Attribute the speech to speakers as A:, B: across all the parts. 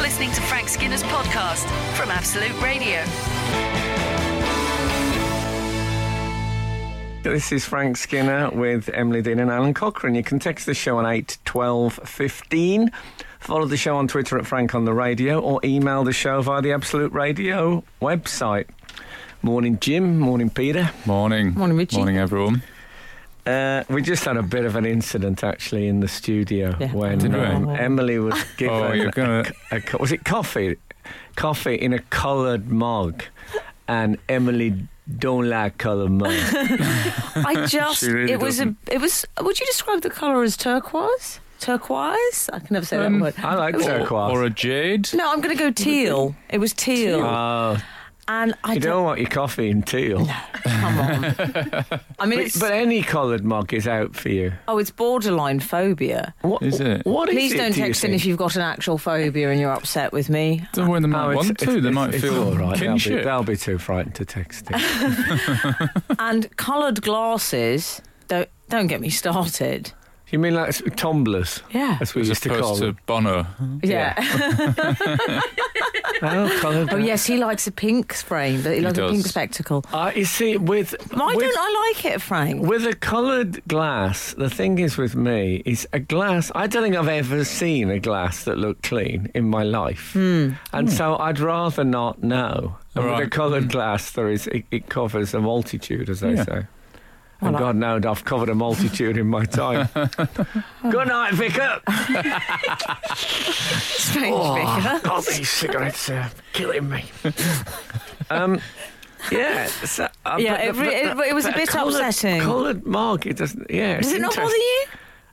A: listening to Frank Skinner's podcast from Absolute Radio.
B: This is Frank Skinner with Emily Dean and Alan Cochrane. You can text the show on 8 12 15. Follow the show on Twitter at Frank on the Radio or email the show via the Absolute Radio website. Morning, Jim. Morning, Peter.
C: Morning.
D: Morning, Richie.
C: Morning, everyone.
B: Uh, we just had a bit of an incident actually in the studio
D: Yeah.
B: when
C: Did we?
B: um, Emily was given
C: Oh, you're gonna-
B: a, co- was it coffee, coffee in a coloured mug, and Emily don't like coloured mugs.
D: I just
C: She really
D: it was a, it was would you describe the colour as turquoise? Turquoise? I can never say
C: Um,
D: that word.
B: I like turquoise.
C: Or a jade.
D: No, I'm going to go teal. It was teal,
B: Oh,
D: and I
B: you
D: don't.
B: don't want your coffee in teal.
D: Come on. I mean,
B: But,
D: it's,
B: but any coloured mug is out for you.
D: oh, it's borderline phobia.
B: What
C: Is it?
B: What is
D: Please
B: it,
D: don't
B: do you
D: text in
B: think?
D: if you've got an actual phobia and you're upset with me.
C: Don't know when they might
B: Oh, it's-
C: want to.
B: it's-
C: they
B: it's-
C: might
B: it's
C: feel
B: all right. They'll be,
C: kinship.
B: they'll be too frightened to text. in.
D: And coloured glasses. Don't don't get me started.
B: you mean like s- tumblers?
D: Yeah.
B: That's what we
C: As
B: used to call
C: opposed to
B: them.
C: Bono.
D: Yeah.
B: Oh, coloured
D: oh yes, he likes a pink frame, but he, loves
C: does.
D: a pink spectacle.
B: Uh, you see, with
D: Why
B: with,
D: don't I like it, Frank?
B: with a coloured glass, the thing is with me is a glass. I don't think I've ever seen a glass that looked clean in my life,
D: Hmm.
B: and so I'd rather not know. And
C: Right.
B: With a coloured glass, there is it, it covers a multitude, as they
C: Yeah.
B: say.
D: Well,
B: And
D: I-
B: God knows I've covered a multitude in my time. Good night, Vicar.
D: Strange figure.
B: Oh, God, these cigarettes are killing me. um, yeah, so, uh,
D: Yeah, it re- it- it was a bit upsetting.
B: Coloured mug, it doesn't. Yeah,
D: Does
B: it's
D: it not bother
B: interest-
D: you?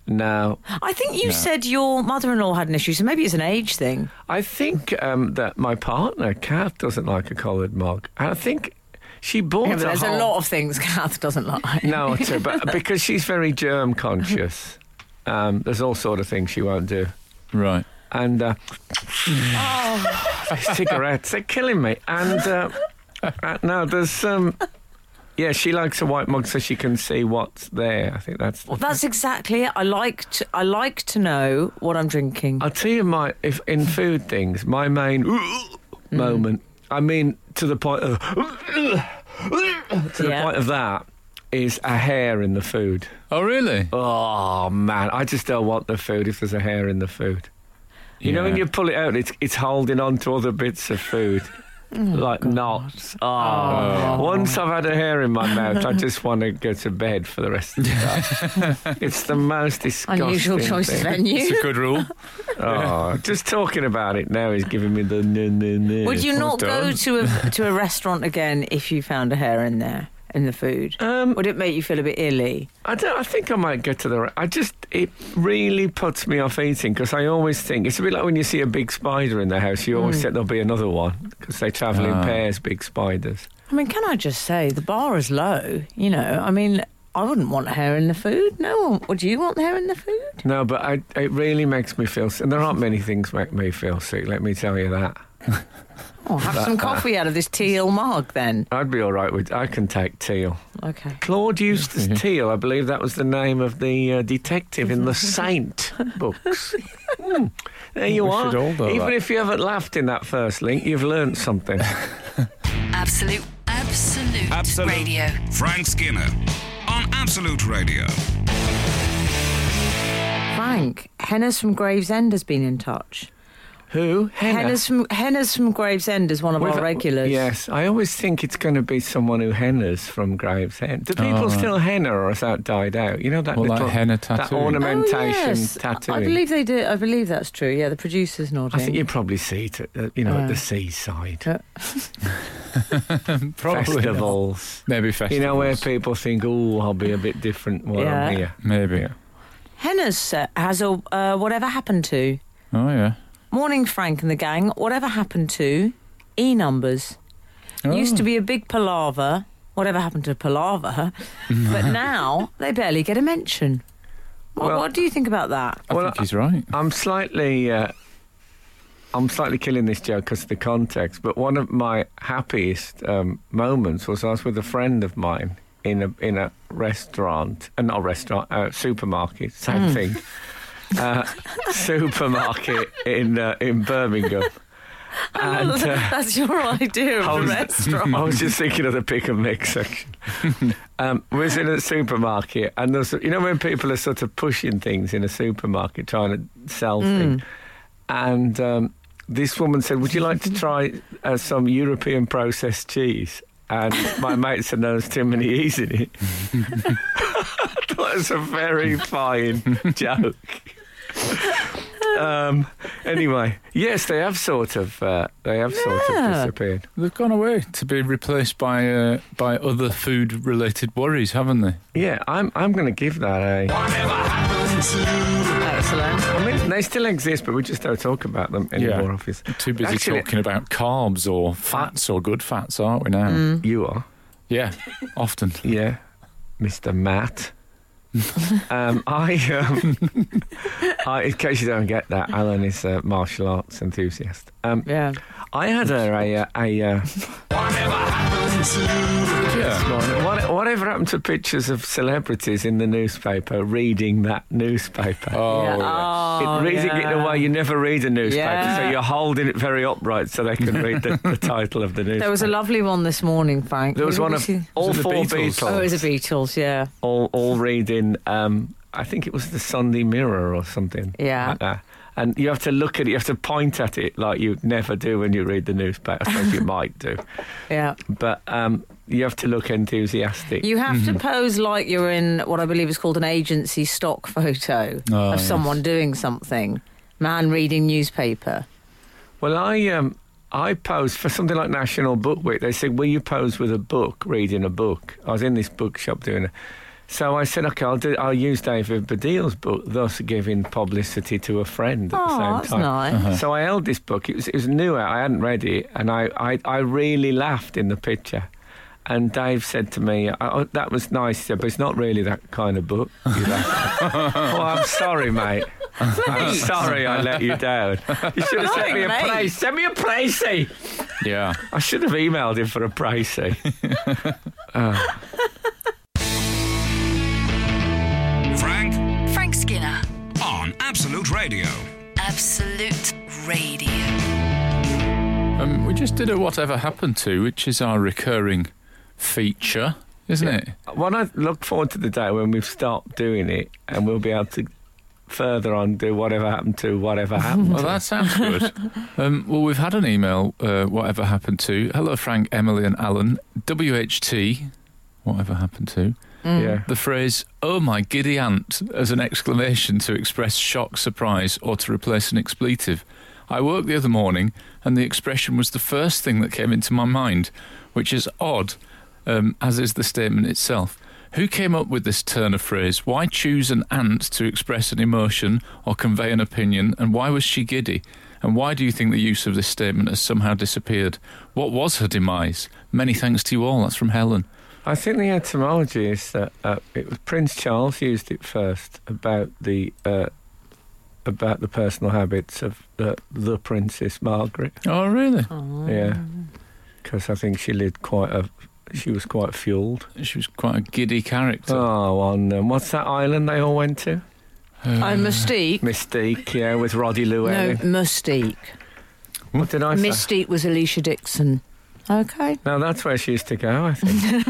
B: No,
D: I think you said your mother-in-law had an issue, so maybe it's an age thing.
B: I think um, that my partner Kath doesn't like a coloured mug, and I think she bought
D: Yeah, but
B: a
D: there's
B: whole-
D: a lot of things Kath doesn't like.
B: No, it's a- but uh, because she's very germ conscious, um, there's all sort of things she won't do.
C: Right.
B: and uh, cigarettes. They're killing me. And uh, uh, no, there's um, yeah, she likes a white mug so she can see what's there. I think that's.
D: Well, that's exactly it. I like to, I like to know what I'm drinking.
B: I'll tell you my if in food things my main moment. I mean, to the point of to the
D: Yeah.
B: point of that is a hair in the food.
C: Oh, really?
B: Oh man, I just don't want the food if there's a hair in the food. You know when
C: Yeah.
B: you pull it out, it's it's holding on to other bits of food. like knots. Oh. Once I've had a hair in my mouth, I just want to go to bed for the rest of the day. it's the most disgusting
D: Unusual choice of
B: thing.
C: It's
D: venue.
C: a good rule.
B: Oh, just talking about it now is giving me the no no no.
D: Would you
C: well
D: not go
C: done.
D: to a to a restaurant again if you found a hair in there in the food?
B: Um,
D: Would it make you feel a bit illy?
B: I don't. I think I might go to the. re- I just it really puts me off eating because I always think it's a bit like when you see a big spider in the house. You
D: Hmm.
B: always think there'll be another one because they travel in
C: Ah.
B: pairs, big spiders.
D: I mean, can I just say the bar is low? You know, I mean, I wouldn't want hair in the food. No, one- would you want hair in the food?
B: No, but I, it really makes me feel. sick. And there aren't many things make me feel sick. Let me tell you that.
D: Oh, have some coffee out of this teal mug then.
B: I'd be all right with. I can take teal.
D: Okay.
B: Claude Eustace Teal, I believe that was the name of the uh, detective in the Saint books. Hmm. There you
C: We
B: are.
C: should all know
B: Even
C: that.
B: if you haven't laughed in that first link, you've learnt something.
A: Absolute, absolute,
E: Absolute.
A: radio.
E: Frank Skinner on Absolute Radio.
D: Frank, Henna's from Gravesend has been in touch.
B: Who? Henna.
D: Henna's from, Henna's from Gravesend is one of
B: We've-
D: our regulars.
B: Yes, I always think it's going to be someone who henners from Gravesend. Do people
C: Oh, right.
B: still henna, or has that died out? You know that
C: Well, like
B: little
C: henna
B: that
C: tattoo.
B: ornamentation
D: oh, yes. I-
B: tattoo.
D: I believe they do. I believe that's true. Yeah, the producer's
B: I
D: nodding.
B: think you probably see it, at, the- you know, at
D: Uh,
B: the seaside
D: uh,
C: Probably.
B: festivals.
C: Maybe festivals.
B: You know where people think, "Oh, I'll be a bit different while I'm
D: Yeah.
B: here."
C: Maybe.
D: Henna's uh, has a uh, whatever happened to.
C: Oh, yeah.
D: Morning, Frank and the gang. Whatever happened to e numbers?
C: Oh.
D: Used to be a big palaver. Whatever happened to palaver? but now they barely get a mention. What,
B: Well-
D: what do you think about that?
C: I
B: Well,
C: think he's right.
B: I'm slightly, uh, I'm slightly killing this joke because of the context. But one of my happiest um, moments was I was with a friend of mine in a in a restaurant, uh, not a restaurant, uh, supermarket, same thing, uh, supermarket in uh, in Birmingham. And, uh,
D: That's your idea of
B: I
D: a
B: was-
D: restaurant.
B: I was just thinking of the pick and mix section. um, we was in a supermarket, and there's, you know when people are sort of pushing things in a supermarket, trying to sell
D: Hmm.
B: things. And um, this woman said, "Would you like to try uh, some European processed cheese?" And my mate said, "No, there's too many E's in it." I thought it was a very fine joke. um, anyway, yes, they have sort of, uh, they have sort of
D: Yeah.
B: disappeared.
C: They've gone away to be replaced by uh, by other food related worries, haven't they?
B: Yeah, I'm I'm going to give that a.
D: Excellent.
B: I mean, they still exist, but we just don't talk about them anymore. Obviously,
C: Too busy
B: Actually-
C: talking about carbs or fats or good fats, aren't we now?
D: Mm.
B: you are.
C: Yeah, often.
B: Yeah, Mr. Matt. um, I, um, I, in case you don't get that, Alan is a martial arts enthusiast. Um,
D: Yeah.
B: I had her a, uh, a, uh
C: Yeah.
B: what, whatever happened to pictures of celebrities in the newspaper reading that newspaper?
C: Oh,
D: yeah.
B: it,
D: Oh,
B: reading it in a
D: yeah.
B: way you never read a newspaper,
D: Yeah.
B: so you're holding it very upright so they can read the, the title of the newspaper.
D: There was a lovely one this morning, Frank.
B: There was
D: Have you
B: one of
D: seen-
B: all
C: Was it the
B: four
C: Beatles?
B: Beatles,
D: Oh, it was the Beatles, yeah.
B: all all reading. Um, I think it was the Sunday Mirror or something.
D: Yeah.
B: like that. And you have to look at it. You have to point at it like you never do when you read the newspaper. I suppose you might do,
D: Yeah.
B: but um, you have to look enthusiastic.
D: You have
B: Mm-hmm.
D: to pose like you're in what I believe is called an agency stock photo
C: Oh,
D: of
C: yes.
D: someone doing something. Man reading newspaper.
B: well, I um, I posed for something like National Book Week. They said, "Will you pose with a book, reading a book?" I was in this bookshop doing it. So I said, okay, I'll, do, I'll use David Baddiel's book, thus giving publicity to a friend at the
D: oh,
B: same
D: that's
B: time.
D: nice.
B: So I held this book. It was, it was new out. I hadn't read it, and I, I, I really laughed in the picture. And Dave said to me, "I- oh, "That was nice, he said, but it's not really that kind of book." You laughed. oh, I'm sorry, mate. I'm sorry I let you down. You should have sent me a
D: Mate.
B: price. Send me a pricey.
C: yeah.
B: I should have emailed him for a pricey.
E: Frank
A: Frank Skinner.
E: on Absolute Radio.
A: Absolute Radio.
C: Um, we just did a Whatever Happened To, which is our recurring feature, isn't it?
B: When I look forward to the day when we've stopped doing it and we'll be able to further on do whatever happened to whatever happened.
C: Well, Oh, that sounds good. um, well, we've had an email, uh, whatever happened to. Hello, Frank, Emily, and Alan. WHT, whatever happened to.
B: yeah.
C: The phrase, oh my giddy aunt, as an exclamation to express shock, surprise, or to replace an expletive. I woke the other morning and the expression was the first thing that came into my mind, which is odd, um, as is the statement itself. Who came up with this turn of phrase? Why choose an aunt to express an emotion or convey an opinion? And why was she giddy? And why do you think the use of this statement has somehow disappeared? What was her demise? Many thanks to you all. That's from Helen.
B: I think the etymology is that uh, it was Prince Charles used it first about the uh, about the personal habits of the, the Princess Margaret.
C: Oh, really?
B: Yeah,
D: Mm.
B: because I think she lived quite a she was quite fueled.
C: She was quite a giddy character.
B: Oh, on um, what's that island they all went to?
C: Um,
B: Mm.
D: Oh, Mystique.
B: Mystique, yeah, with Roddy
D: No,
B: Llewellyn.
D: Mystique.
B: What did I say?
D: Mystique was Alicia Dixon. Okay.
B: now that's where she used to go. I think.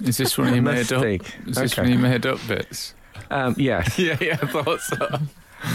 C: Is this when he made up? Is
B: Mystique.
C: this
B: Okay.
C: when he made up bits?
B: Um, yes.
C: Yeah, yeah, I thought so.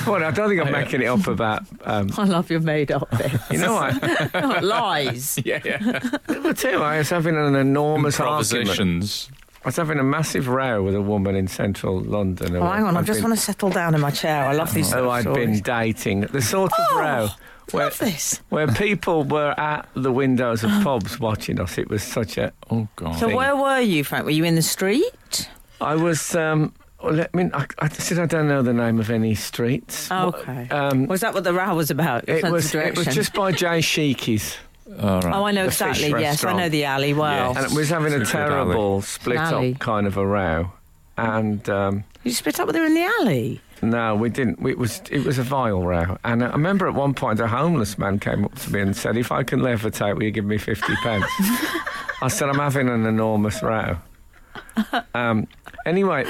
B: Well, I don't think I'm making it up about. Um,
D: I love your made up bit.
B: you know, I,
D: Lies.
C: Yeah, yeah.
B: well, too, I was having an enormous argument
C: Improvisations.
B: I was having a massive row with a woman in central London.
D: Oh, hang on, I
B: I'd
D: just
B: been-
D: want to settle down in my chair. I love these.
B: Who I'd been
D: stories.
B: dating. The sort of
D: Oh,
B: row where,
D: Love this.
B: where people were at the windows of pubs watching us. It was such a.
C: Oh God.
D: So
B: thing.
D: where were you, Frank? Were you in the street?
B: I was. Um, well, let me. I, I said I don't know the name of any streets.
D: Oh, Okay.
B: Um,
D: Was that what the row was about? Your
B: it
D: sense
B: was.
D: of
B: It
D: direction.
B: was just by Jay Sheiky's,
C: All right.
D: Oh, I know
B: the fish
D: exactly. Yes, I
B: restaurant.
D: know the alley well.
B: and it was having a
C: It's a good alley.
B: terrible split
D: Alley.
B: up kind of a row, and. Um,
D: You split up with her in the alley.
B: No, we didn't. We- It was it was a vile row, and I remember at one point a homeless man came up to me and said, "If I can levitate, will you give me fifty pence?" I said, "I'm having an enormous row." Um, anyway,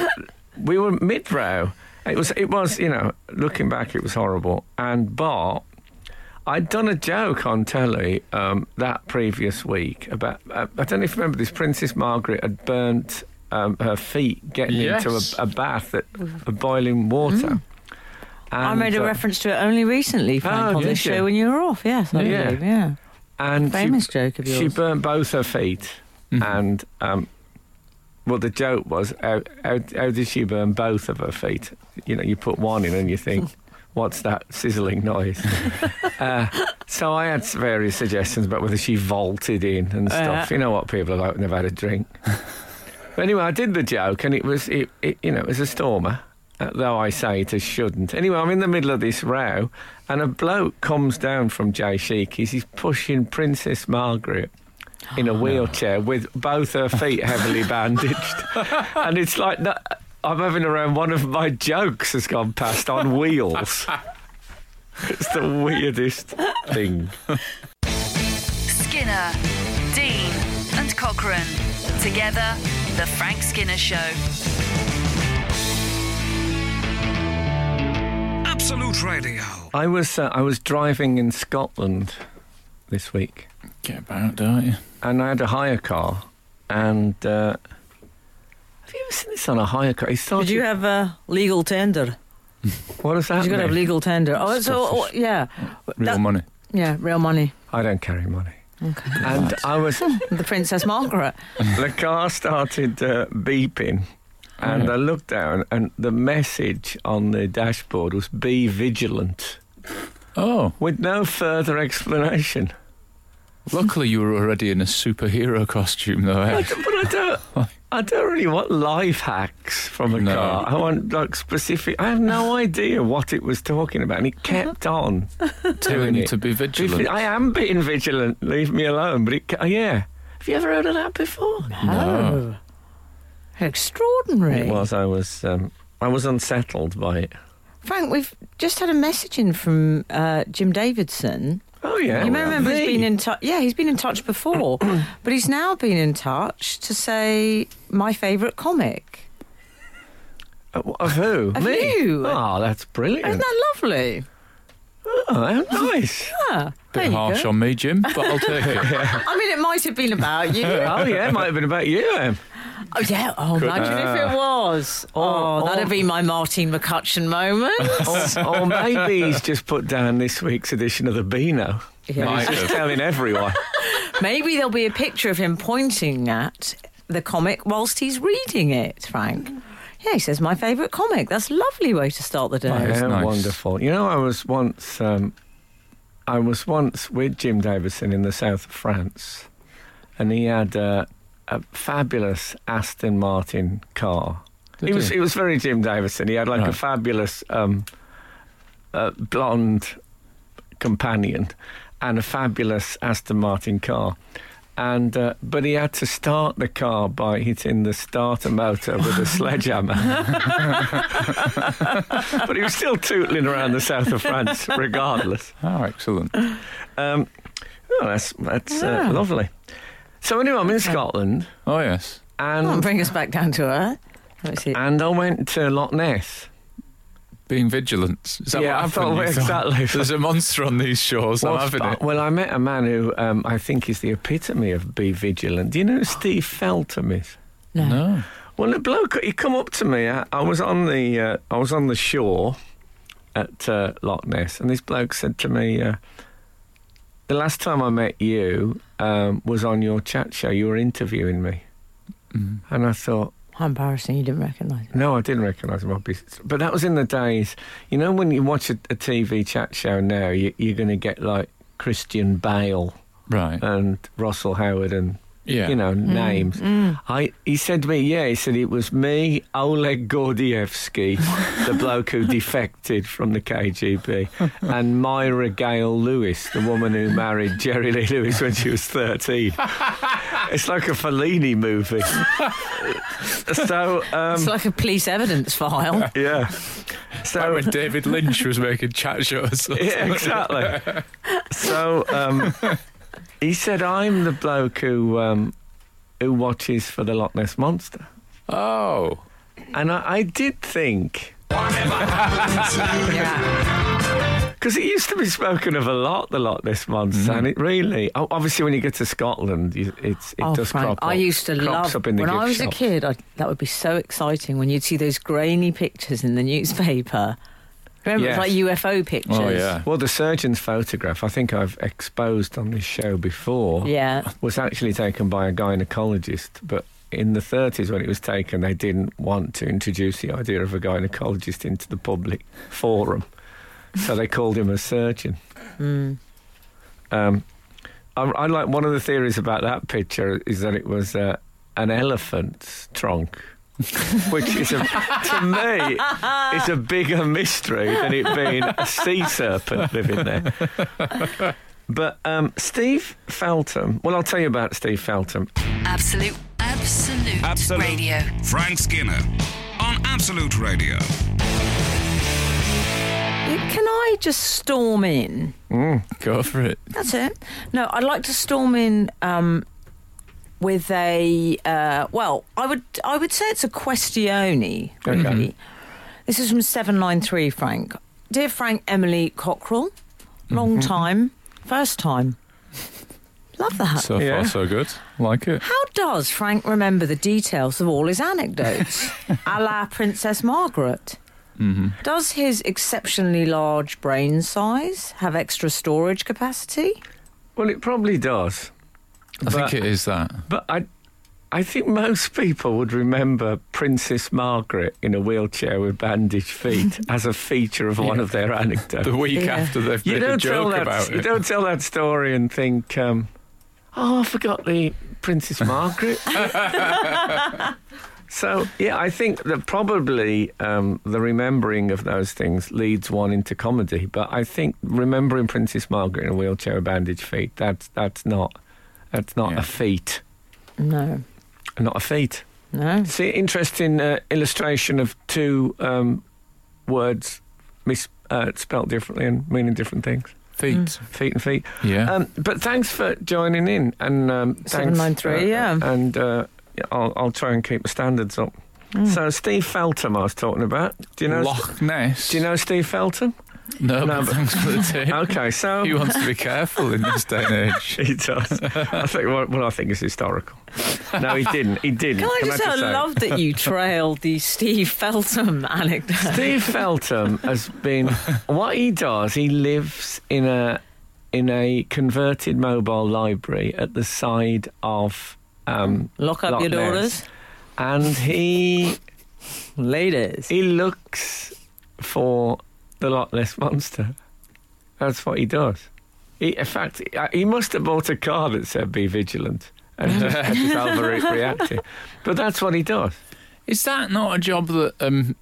B: we were mid row. It was it was you know looking back, it was horrible. And Bart, I'd done a joke on telly um, that previous week about. Uh, I don't know if you remember this. Princess Margaret had burnt um, her feet getting
C: Yes.
B: into a, a bath at, of boiling water.
D: Mm. I
B: And,
D: made a
B: uh,
D: reference to it only recently, Frank,
B: Oh,
D: on
B: did
D: this show
B: you?
D: when you were off. Yes, I
B: Yeah.
D: believe, yeah.
B: and
D: Famous
B: she,
D: joke of
B: She
D: yours.
B: burnt both her feet, and um, well, the joke was how, how, how did she burn both of her feet? You know, you put one in and you think, what's that sizzling noise? uh, so I had various suggestions about whether she vaulted in and stuff. You
D: Yeah.
B: know what people are like when they've had a drink. but anyway, I did the joke, and it was it, it you know it was a stormer. uh, Though I say it as shouldn't. Anyway, I'm in the middle of this row, and a bloke comes down from Jay Sheiky's. He's pushing Princess Margaret in a wheelchair with both her feet heavily bandaged. and it's like, no, I'm having around one of my jokes has gone past on wheels. It's the weirdest thing.
A: Skinner, Dean, and Cochrane. Together, The Frank Skinner Show.
E: Absolute Radio.
B: I was uh, I was driving in Scotland this week,
C: Get about, don't you?
B: and I had a hire car. And uh, have you ever seen this on a hire car? It started,
D: Did you have a legal tender?
B: what does that
D: You got to have
B: mean?
D: legal tender. Oh, so
C: Stuff
D: oh,
C: is-
D: yeah,
C: Real
D: That-
C: money.
D: yeah, real money.
B: I don't carry money. And I was
D: The Princess Margaret.
B: the car started uh, beeping, and I looked down, and the message on the dashboard was "Be vigilant,"
C: Oh,
B: with no further explanation.
C: luckily you were already in a superhero costume, though. eh?
B: I d- but I don't, I don't really want life hacks from a
C: No.
B: car. I want like specific. I have no idea what it was talking about, and
D: Uh-huh.
B: it kept on
C: Telling
B: doing
C: you
B: it.
C: to be
B: Be vi-
C: vigilant.
B: I am being vigilant. Leave me alone. But it, ca- yeah. Have you ever heard of that before?
D: Oh, extraordinary.
B: It was. I was. Um, I was unsettled by it.
D: Frank, we've just had a message in from uh, Jim Davidson.
B: Oh yeah.
D: you may remember he's
B: Me.
D: been in touch. Yeah, he's been in touch before, but he's now been in touch to say my favourite comic.
B: Uh, Of who?
D: Of
B: Me?
D: you.
B: Oh, that's
D: Isn't
B: brilliant.
D: that lovely?
B: Oh, how nice.
D: Yeah, there
C: Bit
D: you
C: harsh
D: go.
C: on me, Jim, but I'll take it.
D: I mean, it might have been about you. oh
B: oh, yeah, it might have been about you, Em.
D: yeah. Oh, imagine if it was.
B: Or-
D: Oh, that'd
B: or-
D: be my Martine McCutcheon moment. Oh,
B: Or, or maybe he's just put down this week's edition of the Beano.
D: Yeah.
B: And he's
C: Might
B: just
C: have.
B: telling everyone.
D: Maybe there'll be a picture of him pointing at the comic whilst he's reading it, Frank. Yeah, he says, my favourite comic. That's a lovely way to start the day.
B: yeah,
C: That's nice.
B: wonderful. You know, I was once, um, I was once with Jim Davison in the south of France, and he had uh, a fabulous Aston Martin car.
C: Did
B: It was
C: he?
B: it was very Jim Davison. He had like a
C: Right.
B: fabulous um, uh, blonde companion and a fabulous Aston Martin car. And uh, but he had to start the car by hitting the starter motor with a sledgehammer. but he was still tootling around the south of France, regardless.
C: Oh, excellent.
B: Um, oh, that's that's
D: Yeah.
B: uh, lovely. So anyway, I'm in Scotland,
C: Oh, yes.
B: and
D: Come on, bring us back down to earth. Let's see.
B: and I went to Loch Ness.
C: Being vigilant. Is that
B: Yeah, I
C: what happened?
B: thought-
C: You thought,
B: exactly.
C: There's a monster on these shores. I'm
B: Well,
C: having
B: uh,
C: it.
B: Well, I met a man who um, I think is the epitome of be vigilant. Do you know who Steve Feltham is?
D: No.
C: No.
B: Well, the bloke he come up to me. I, I was on the uh, I was on the shore at uh, Loch Ness, and this bloke said to me, uh, "The last time I met you um, was on your chat show. You were interviewing me."
C: Mm.
B: And I thought,
D: How embarrassing. You didn't recognise it.
B: no, I didn't recognise him, obviously. But that was in the days, you know, when you watch a, a TV chat show now, you, you're going to get like Christian Bale
C: Right.
B: and Russell Howard and
C: yeah.
B: Uh, you know names. I he said to me, yeah, he said it was me, Oleg Gordievsky, the bloke who defected from the KGB, and Myra Gale Lewis, the woman who married Jerry Lee Lewis when she was thirteen. it's like a Fellini movie. so um,
D: It's like a police evidence file.
B: yeah,
C: Like
B: so.
C: when David Lynch was making chat shows.
B: Yeah, exactly. so um, he said, "I'm the bloke who um, who watches for the Loch Ness monster,"
C: Oh.
B: and I, I did think
D: yeah.
B: Because it used to be spoken of a lot, the Loch Ness
D: Mm-hmm.
B: monster, and it really. Oh, obviously, when you get to Scotland, you, it's it
D: oh,
B: does
D: Frank,
B: crop up.
D: I used to
B: crops
D: love
B: up in the
D: when
B: gift
D: I was a
B: shops.
D: kid. I, that would be so exciting when you'd see those grainy pictures in the newspaper. Remember,
B: Yes.
D: it was like UFO pictures.
C: Oh, yeah.
B: Well, the surgeon's photograph, I think I've exposed on this show before,
D: Yeah.
B: was actually taken by a gynecologist, but. In the 30s, when it was taken, they didn't want to introduce the idea of a gynecologist into the public forum, so they called him a surgeon. Um, I, I like one of the theories about that picture is that it was uh, an elephant's trunk, which is a, to me is a bigger mystery than it being a sea serpent living there. But um, Steve Feltham, well, I'll tell you about Steve Feltham.
A: Absolute, absolute,
E: Absolute.
A: radio.
E: Frank Skinner on Absolute Radio.
D: Can I just storm in?
C: Go for it.
D: That's it. No, I'd like to storm in um, with a uh, well. I would I would say it's a questione. Really. This is from seven nine three, Frank. Dear Frank, Emily Cockrell, long time, first time. Love that.
C: So
B: Yeah.
C: far, so good. Like it.
D: How does Frank remember the details of all his anecdotes, a la Princess Margaret? Does his exceptionally large brain size have extra storage capacity?
B: Well, it probably does,
C: I think
B: But-
C: it is that.
B: but I, I think most people would remember Princess Margaret in a wheelchair with bandaged feet as a feature of one of their anecdotes.
C: The week
D: Yeah.
C: after they've
B: you
C: made
B: don't
C: a
B: tell
C: joke
B: that.
C: about
B: you
C: it.
B: don't tell that story and think, um, oh, I forgot the Princess Margaret. so yeah, I think that probably um, the remembering of those things leads one into comedy. But I think remembering Princess Margaret in a wheelchair with bandaged feet that's that's not that's not
C: Yeah.
B: a feat.
D: No,
B: Not a feat.
D: no.
B: It's an interesting uh, illustration of two um, words mis- uh, spelt differently and meaning different things.
C: Feet.
B: Feet and feet.
C: Yeah.
B: Um, but thanks for joining in and um, thanks,
D: 793, yeah.
B: And uh, yeah, I'll, I'll try and keep the standards up. So Steve Feltham, I was talking about. Do you know?
C: Loch Ness.
B: Do you know Steve Feltham?
C: No,
B: No,
C: but
B: but-
C: thanks for the tip.
B: Okay, so
C: He wants to be careful in this day and age.
B: he does. I think well, well, I think it's historical. No, he didn't. He didn't.
D: Can I just say, I
B: say?
D: love that you trailed the Steve Feltham anecdote.
B: Steve Feltham has been what he does. He lives in a in a converted mobile library at the side of um,
D: Lock up
B: Loch
D: your
B: Ness.
D: daughters,
B: and he
D: ladies.
B: he looks for the Loch Ness monster. That's what he does. He, in fact, he- uh, he must have bought a car that said "Be vigilant" and just had his algorithm reacting. But that's what he does.
C: Is that not a job that, um,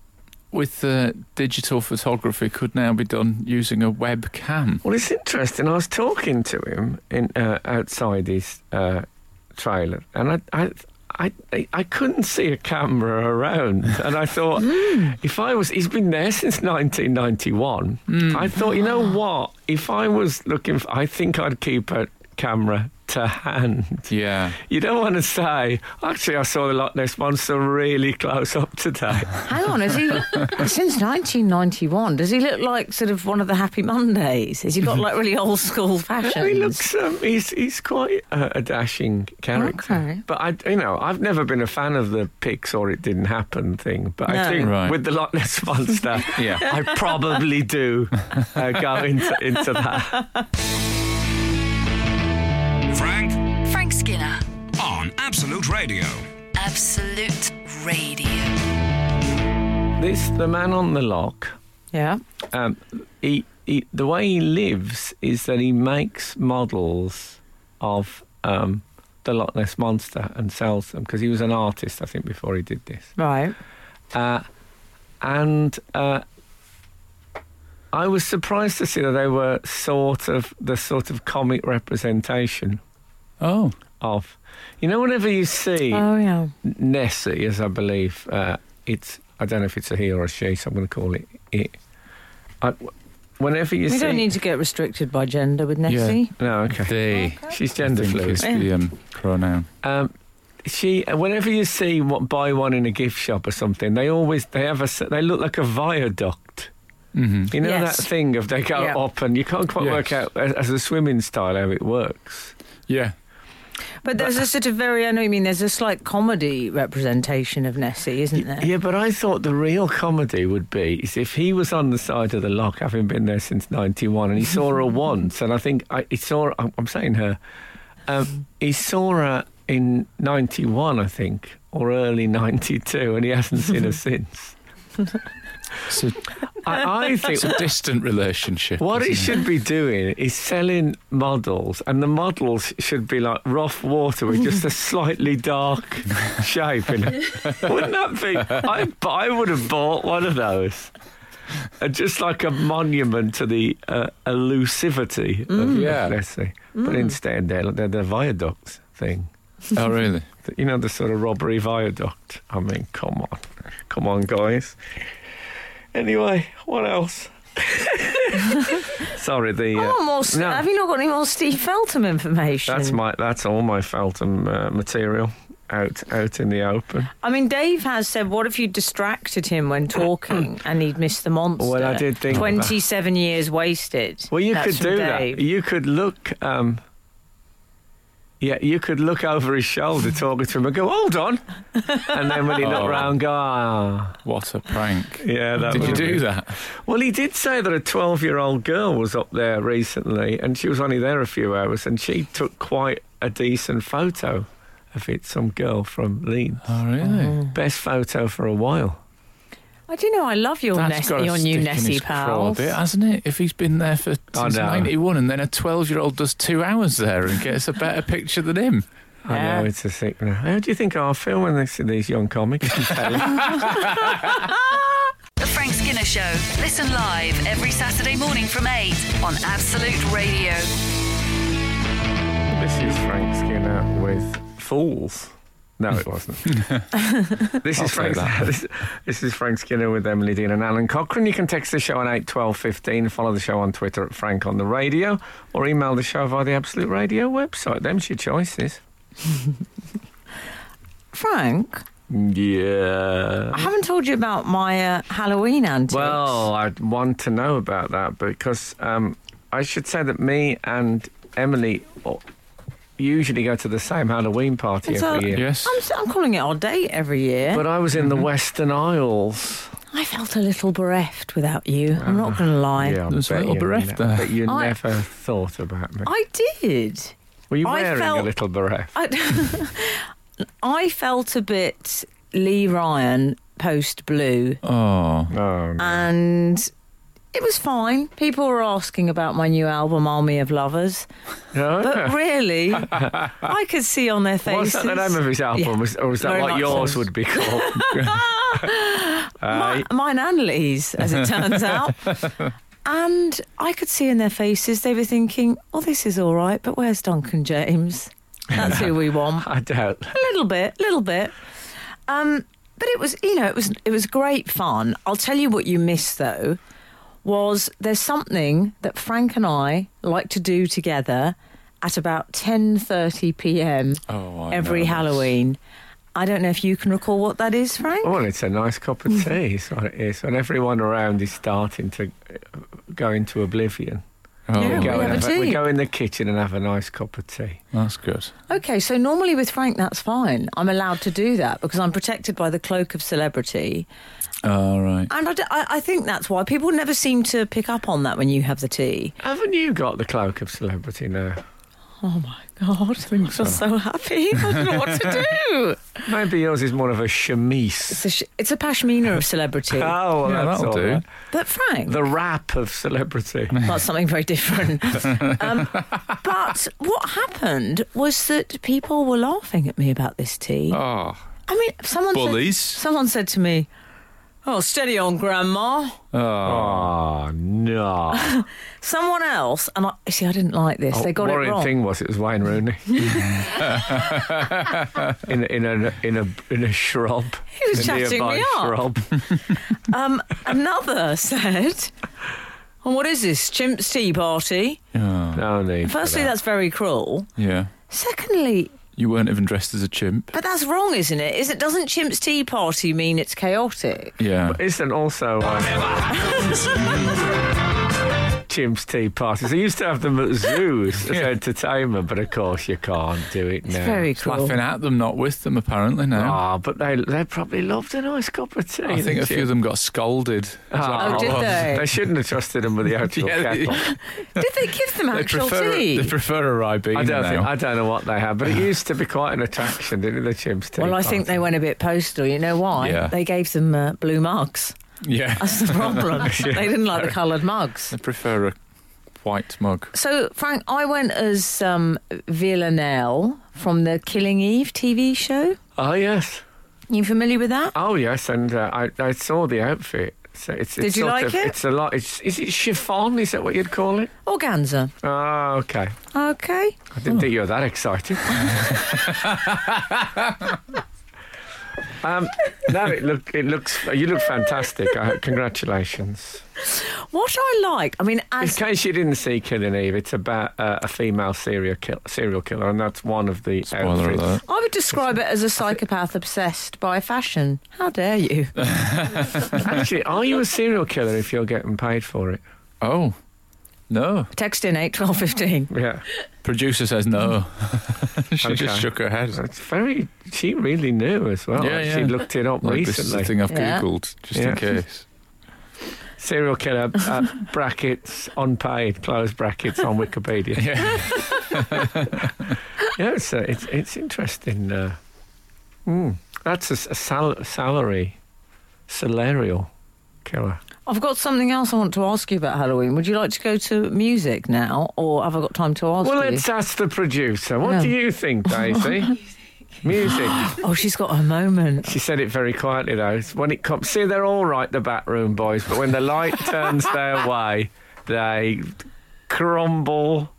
C: with uh, digital photography, could now be done using a webcam?
B: Well, it's interesting. I was talking to him in uh, outside his uh, trailer, and I. I I, I- I couldn't see a camera around, and I thought, if I was, he's been there since 1991. I thought, you know what? If I was looking, for, I think I'd keep a camera to hand.
C: Yeah.
B: You don't want to say, actually, I saw the Loch Ness monster really close up today.
D: Hang on, is he since 1991? Does he look like sort of one of the Happy Mondays? Has he got like really old school fashions?
B: He looks. Um, he's he's quite a, a dashing character.
D: Okay.
B: But I, you know, I've never been a fan of the pics or it didn't happen thing. But I
D: No.
B: think
C: Right.
B: with the Loch Ness monster,
C: Yeah.
B: I probably do uh, go into into that.
E: Frank
A: Frank Skinner,
E: on Absolute Radio.
A: absolute radio.
B: This the man on the lock.
D: Yeah.
B: Um, he, he the way he lives is that he makes models of um, the Loch Ness monster and sells them because he was an artist, I think, before he did this.
D: Right.
B: Uh, and uh, I was surprised to see that they were sort of the sort of comic representation
C: Oh.
B: of, you know, whenever you see
D: Oh yeah.
B: Nessie, as I believe uh, it's, I don't know if it's a he or a she, so I'm going to call it it. I, whenever you
D: we
B: see,
D: don't need to get restricted by gender with Nessie.
B: no, okay,
C: They.
B: she's
C: I
B: gender
C: think is
B: fluid.
C: the um, pronoun.
B: Um, she, whenever you see what buy one in a gift shop or something, they always they have a s- they look like a viaduct.
C: Mm-hmm.
B: You know
D: Yes.
B: that thing of they go
D: Yeah.
B: up and you can't quite
C: Yes.
B: work out as as a swimming style how it works.
C: Yeah.
D: But there's a sort of very, I know what you mean, there's a slight comedy representation of Nessie, isn't there?
B: Yeah, but I thought the real comedy would be is if he was on the side of the lock, having been there since '91, and he saw her once, and I think I, he saw. I'm I'm saying her. Um, he saw her in '91, I think, or early '92, and he hasn't seen her since.
C: It's a,
B: I, I think
C: it's a distant relationship.
B: What
C: isn't
B: it should be doing is selling models, and the models should be like rough water with just a slightly dark shape in it. Wouldn't that be? I, bu- I would have bought one of those. And just like a monument to the uh, elusivity of
C: Mm. Yeah.
B: yeah. Nessie. But instead, they're, they're the viaduct thing.
C: Oh, really?
B: You know, the sort of robbery viaduct. I mean, come on. Come on, guys. Anyway, what else? Sorry, the. Uh,
D: Oh, more, no.
B: no,
D: Have you not got any more Steve Feltham information?
B: that's my. That's all my Feltham uh, material out out in the open.
D: I mean, Dave has said, what if you distracted him when talking and he'd missed the monster?
B: Well, I did think of that.
D: 27 years wasted.
B: Well, you
D: That's
B: could
D: from
B: do
D: Dave.
B: that. You could look. Um, yeah, you could look over his shoulder talking to him and go, "Hold on," and then when he looked
C: Oh.
B: round, go, "Ah,
C: What a prank.
B: yeah." That
C: Did you
B: would've been-
C: do that?
B: Well, he did say that a 12 year old girl was up there recently and she was only there a few hours and she took quite a decent photo of it. Some girl from Leeds.
C: Oh, really?
B: Best photo for a while.
D: I do know I love your,
C: That's
D: Ness-
C: got a
D: your
C: stick
D: new
C: in
D: Nessie
C: his craw a
D: pals.
C: bit, hasn't it? If he's been there for
B: I
C: since
B: know.
C: 91 and then a 12 year old does two hours there and gets a better picture than him.
B: I
D: Yeah.
B: know it's a sick now. How do you think I feel when they see these young comics?
A: The Frank Skinner Show. Listen live every Saturday morning from 8 on Absolute Radio.
B: This is Frank Skinner with Fools. No, it wasn't. this
C: I'll
B: is
C: say
B: Frank.
C: that.
B: This, this is Frank Skinner with Emily Dean and Alan Cochrane. You can text the show on eight twelve fifteen. Follow the show on Twitter at Frank on the Radio, or email the show via the Absolute Radio website. Them's your choices.
D: Frank,
B: Yeah.
D: I haven't told you about my uh, Halloween antics.
B: Well, I would want to know about that because um, I should say that me and Emily o- usually go to the same Halloween party
D: It's
B: every
D: a-
B: year.
C: Yes.
D: I'm, s- I'm calling it our date every year.
B: But I was in the Western Isles.
D: I felt a little bereft without you. I'm not going to lie.
B: Yeah, I
C: There's a
B: bet
C: little
B: you
C: bereft
B: ne-
C: there.
B: But you
D: I-
B: never thought about me.
D: I did.
B: Were you
D: I
B: wearing a
D: felt-
B: little bereft?
D: I, I felt a bit Lee Ryan post blue,
C: Oh,
D: uh,
B: Oh, no.
D: and it was fine. People were asking about my new album, Army of Lovers, but really, I could see on their
B: was
D: faces.
B: that the name of his album?
D: Yeah.
B: Was, or was that
D: Very
B: what
D: much
B: yours
D: so.
B: would be called?
D: Mi-
B: Uh,
D: mine and Lee's, as it turns out. And I could see in their faces they were thinking, "Oh, this is all right, but where's Duncan James? That's who we want."
B: I doubt.
D: a little bit, little bit. Um, but it was, you know, it was it was great fun. I'll tell you what you missed though was there's something that Frank and I like to do together at about 10:30 p.m.
C: Oh, I
D: every
C: know.
D: Halloween. I don't know if you can recall what that is, Frank.
C: Oh.
B: Well, it's a nice cup of tea, is what it is. When everyone around is starting to uh, go into oblivion.
C: oh
D: Yeah,
B: we, go
D: we
B: and
D: have a
B: a- we
D: tea.
B: go in the kitchen and have a nice cup of tea.
C: that's good.
D: Okay, so normally with Frank that's fine. I'm allowed to do that because I'm protected by the cloak of celebrity.
C: All right.
D: And I, d- I- I think that's why people never seem to pick up on that when you have the tea.
B: Haven't you got the cloak of celebrity now?
D: Oh my god! I'm just so happy. I don't know what to do.
B: Maybe yours is more of a chemise.
D: It's a, sh- it's a pashmina of celebrity.
B: Oh, well,
C: Yeah,
B: that's
C: that'll
B: all
C: do.
B: right.
D: But Frank,
B: The wrap of celebrity.
D: that's something very different. Um, but what happened was that people were laughing at me about this tea.
C: Oh,
D: I mean, someone
C: Bullies.
D: Said, someone said to me, "Oh, steady on, Grandma."
B: Oh, no.
D: Someone else, and I see, I didn't like this. they got
B: Oh,
D: it
B: worrying
D: wrong.
B: thing was it was Wayne Rooney in, in a in a in a shrub.
D: He was
B: a
D: chatting
B: nearby
D: me up.
B: Shrub.
D: Um, another said, "And what is this chimps tea party?"
C: yeah.
B: No need. for
D: Firstly,
B: that.
D: that's very cruel.
C: Yeah.
D: Secondly,
C: You weren't even dressed as a chimp.
D: But that's wrong, isn't it? Is it? Doesn't Chimp's Tea Party mean it's chaotic?
C: Yeah.
B: Isn't also uh, Chimps Tea Parties. They used to have them at zoos as entertainment, but of course you can't do it now.
D: It's very cool.
C: Laughing at them, not with them, apparently, now.
B: Ah, but they they probably loved a nice cup of tea.
C: I think a
B: didn't
C: few
B: you?
C: of them got scolded. Is that
B: Ah.
D: Oh,
C: what
D: did
C: it was?
D: they?
B: They shouldn't have trusted them with the actual
C: Yeah, they-
B: kettle.
D: Did they give them
C: They
D: actual
C: prefer,
D: tea?
C: they prefer a Ribena
B: I don't,
C: now.
B: think, I don't know what they had, but it used to be quite an attraction, didn't it, the chimps tea
D: well, I think
B: party?
D: they went a bit postal. You know why?
C: Yeah.
D: They gave them uh, blue mugs.
C: yeah.
D: That's the problem. They didn't like the coloured mugs.
C: I prefer a white mug.
D: So, Frank, I went as um, Villanelle from the Killing Eve TV show.
B: Oh, yes.
D: You familiar with that?
B: Oh, yes, and uh, I, I saw the outfit. So it's, it's
D: Did you
B: sort
D: like
B: of,
D: it?
B: It's a lot. It's, is it chiffon? Is that what you'd call it?
D: Organza.
B: Oh, okay.
D: Okay.
B: I didn't think you were that excited. um, no, it look it looks. You look fantastic. Uh, congratulations.
D: What I liked, I mean,
B: In
D: as
B: case you didn't see Killing Eve, it's about uh, a female serial kill, serial killer, and that's one of the
C: Spoiler
B: outfits.
C: alert.
D: I would describe it as a psychopath obsessed by fashion. How dare you?
B: Actually, are you a serial killer if you're getting paid for it?
C: Oh. No.
D: Text in 8 12 15.
B: Yeah,
C: Producer says no. she
B: Okay.
C: just shook her head.
B: that's very. She really knew as well.
C: Yeah,
B: She
C: yeah.
B: looked it up
C: Like this is
B: recently.
C: the thing I've
D: Yeah.
C: googled, just
B: Yeah.
C: in case.
B: Serial killer uh, brackets unpaid close brackets on Wikipedia.
C: Yeah.
B: Yeah, it's uh, it's, it's interesting. Uh, mm, that's a, s- a sal- salary, salarial killer.
D: I've got something else I want to ask you about Halloween. Would you like to go to music now, or have I got time to ask
B: Well,
D: you?
B: let's ask the producer. What
D: Yeah.
B: do you think, Daisy? Music.
D: oh, she's got her moment.
B: She said it very quietly though. When it comes, see, they're all right, the backroom boys, but when the light turns their way, they crumble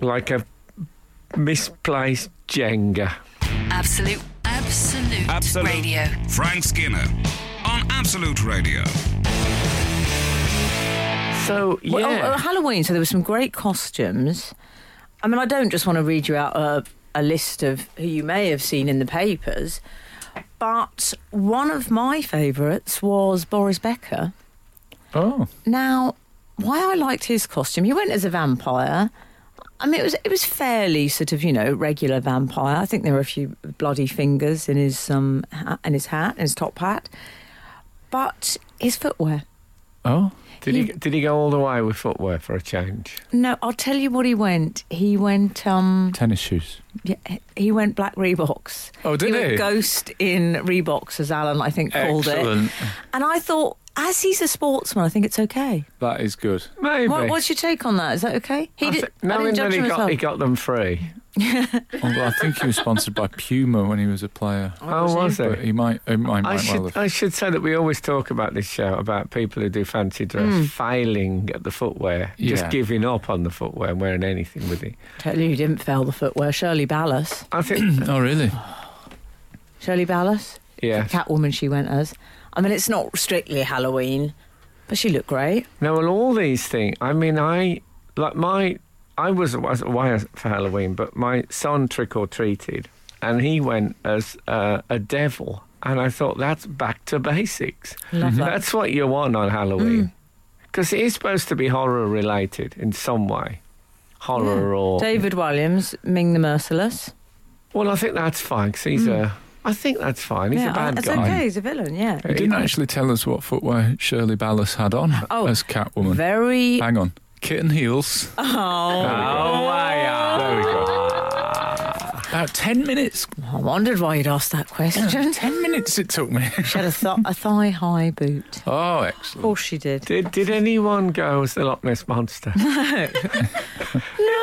B: like a misplaced Jenga.
A: Absolute, absolute,
E: Absolute.
A: radio.
E: Frank Skinner on Absolute Radio.
B: So yeah.
D: Well, oh, oh, Halloween. So there were some great costumes. I mean, I don't just want to read you out a, a list of who you may have seen in the papers, but one of my favourites was Boris Becker.
C: oh.
D: Now, why I liked his costume, he went as a vampire. I mean, it was it was fairly sort of you know regular vampire. I think there were a few bloody fingers in his um ha- in his hat, in his top hat, but his footwear.
C: Oh.
B: Did he did he go all the way with footwear for a change?
D: No, I'll tell you what he went. He went um
C: Tennis shoes.
D: yeah, he went black Reeboks.
C: Oh, did
D: went
C: he?
D: ghost in Reeboks as Alan I think called it.
C: Excellent.
D: And I thought, as he's a sportsman, I think it's okay.
C: That is good.
B: Maybe.
D: What, what's your take on that? Is that okay? He
B: I
D: did.
B: thi-
D: I didn't
B: knowing
D: judge
B: that he
D: him as
B: got
D: well.
B: he got them free.
C: Although I think he was sponsored by Puma when he was a player.
B: Oh, was
C: But
B: it?
C: he might, he might,
B: I
C: might well
B: should
C: have.
B: I should say that we always talk about this show about people who do fancy dress
D: Hmm.
B: failing at the footwear, just
C: Yeah.
B: giving up on the footwear and wearing anything with it.
D: Tell you, who didn't fail the footwear. Shirley Ballas.
B: I think
C: Oh, really?
D: Shirley Ballas.
B: yeah.
D: Catwoman she went as. I mean, it's not strictly Halloween, but she looked great.
B: Now, well, all these things. I mean, I like my. I was, was away for Halloween, but my son trick or treated, and he went as uh, a devil, and I thought that's back to basics.
D: Love that.
B: That's what you want on
D: Mm.
B: Halloween, because it is supposed to be horror related in some way, horror or.
D: David Williams, Ming the Merciless.
B: well, I think that's fine 'cause he's a. I think that's fine. He's
D: Mm. yeah,
B: a bad
D: it's
B: guy.
D: okay. He's a villain. Yeah.
C: He didn't actually tell us what footwear Shirley Ballas had on
D: Oh.
C: as Catwoman.
D: Very.
C: Hang on. Kitten heels.
B: Oh,
D: Oh,
B: I am. There we go.
C: About 10 minutes.
D: I wondered why you'd asked that question.
C: 10 minutes it took me.
D: she had a, th- a thigh high boot.
C: Oh,
D: Of
C: excellent.
D: course she did.
B: Did did anyone go as the Loch Ness monster?
D: No.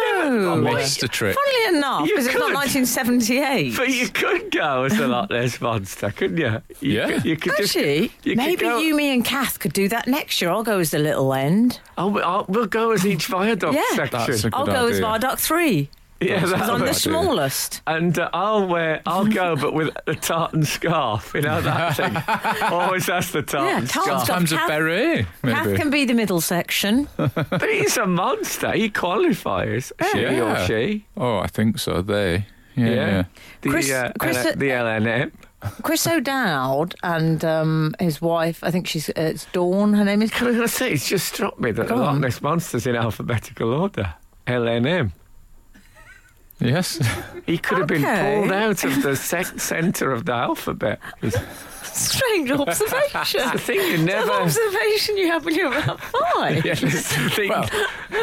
C: Monster trick.
D: Funnily enough,
B: You
D: because it's not
B: could.
D: 1978.
B: But you could go as a Loch Ness monster, couldn't you? you
C: Yeah.
B: Could, you could just-
D: Actually,
B: you could
D: maybe
B: go-
D: you, me, and Kath could do that next year. I'll go as the little end.
B: Oh, we- oh, we'll go as each viaduct
D: Yeah.
C: That's
B: section.
C: a
D: I'll
C: good
D: go as
C: idea.
D: Viaduct 3.
B: yeah,
C: that's
B: that
D: Because I'm
B: would-
D: the
C: idea.
D: smallest.
B: And uh, I'll wear, I'll go, but with a tartan scarf. You know that thing. Always that's the tartan
D: Yeah, tartan
B: scarf.
D: scarf.
C: Times a
D: Kath-
C: beret,
D: Kath
C: maybe.
D: can be the middle section.
B: But he's a monster. He qualifies. She
C: Yeah.
B: or she.
C: Oh, I think so. They. Yeah, yeah.
B: The,
D: Chris-
B: uh,
D: Chris-
B: N- the LNM.
D: Chris O'Dowd and um, his wife, I think she's uh, it's Dawn, her name is.
B: Can I can I say, it's just struck me that the
D: Go
B: Loch
D: on.
B: Ness Monster's in alphabetical order. LNM.
C: Yes.
B: He could have
D: Okay.
B: been pulled out of the sec- centre of the alphabet. It's
D: Strange observation.
B: the thing you
D: It's an
B: never...
D: observation you have when you're about five.
B: Yeah, it's the thing
C: Well-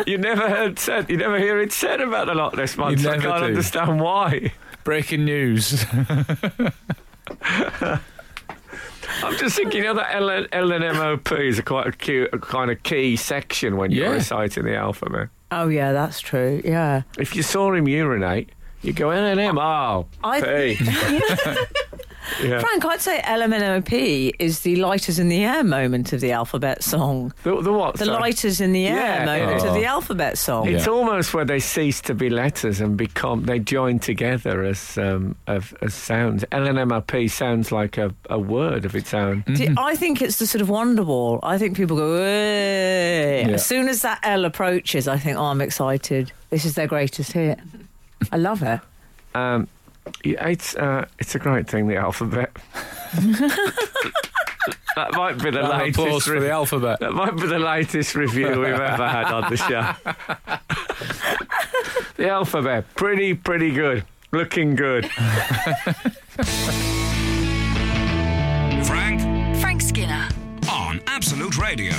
B: you never heard said. You never hear it said about the Loch Ness Monster. I
C: never
B: can't
C: do.
B: understand why.
C: Breaking news.
B: I'm just thinking, you know, that L- LNMOP is a quite a cute, a kind of key section when you're
C: Yeah.
B: reciting the alphabet.
D: Oh yeah, that's true. Yeah.
B: If you saw him urinate, you go LNM. Oh,
D: I-
B: P.
C: Uh,
B: yeah.
D: Frank, I'd say LMNOP is the lighters in the air moment of the alphabet song.
B: The, the what?
D: The
B: sorry?
D: lighters in the air
B: Yeah.
D: moment
C: Oh.
D: of the alphabet song.
B: It's
C: Yeah.
B: almost where they cease to be letters and become they join together as um, of, as sounds. LNMOP sounds like a, a word of its own.
D: Do- I think it's the sort of wonder wall. I think people go, "Hey."
C: Yeah.
D: as soon as that L approaches, I think, oh, I'm excited. This is their greatest hit. I love it.
B: Um, yeah, it's uh, it's a great thing, the alphabet. that might be the
C: Round of applause
B: latest.
C: for
B: re-
C: the alphabet.
B: that might be the latest review we've ever had on the show. the alphabet, pretty pretty good, looking good.
E: Frank
A: Frank Skinner,
E: on Absolute Radio.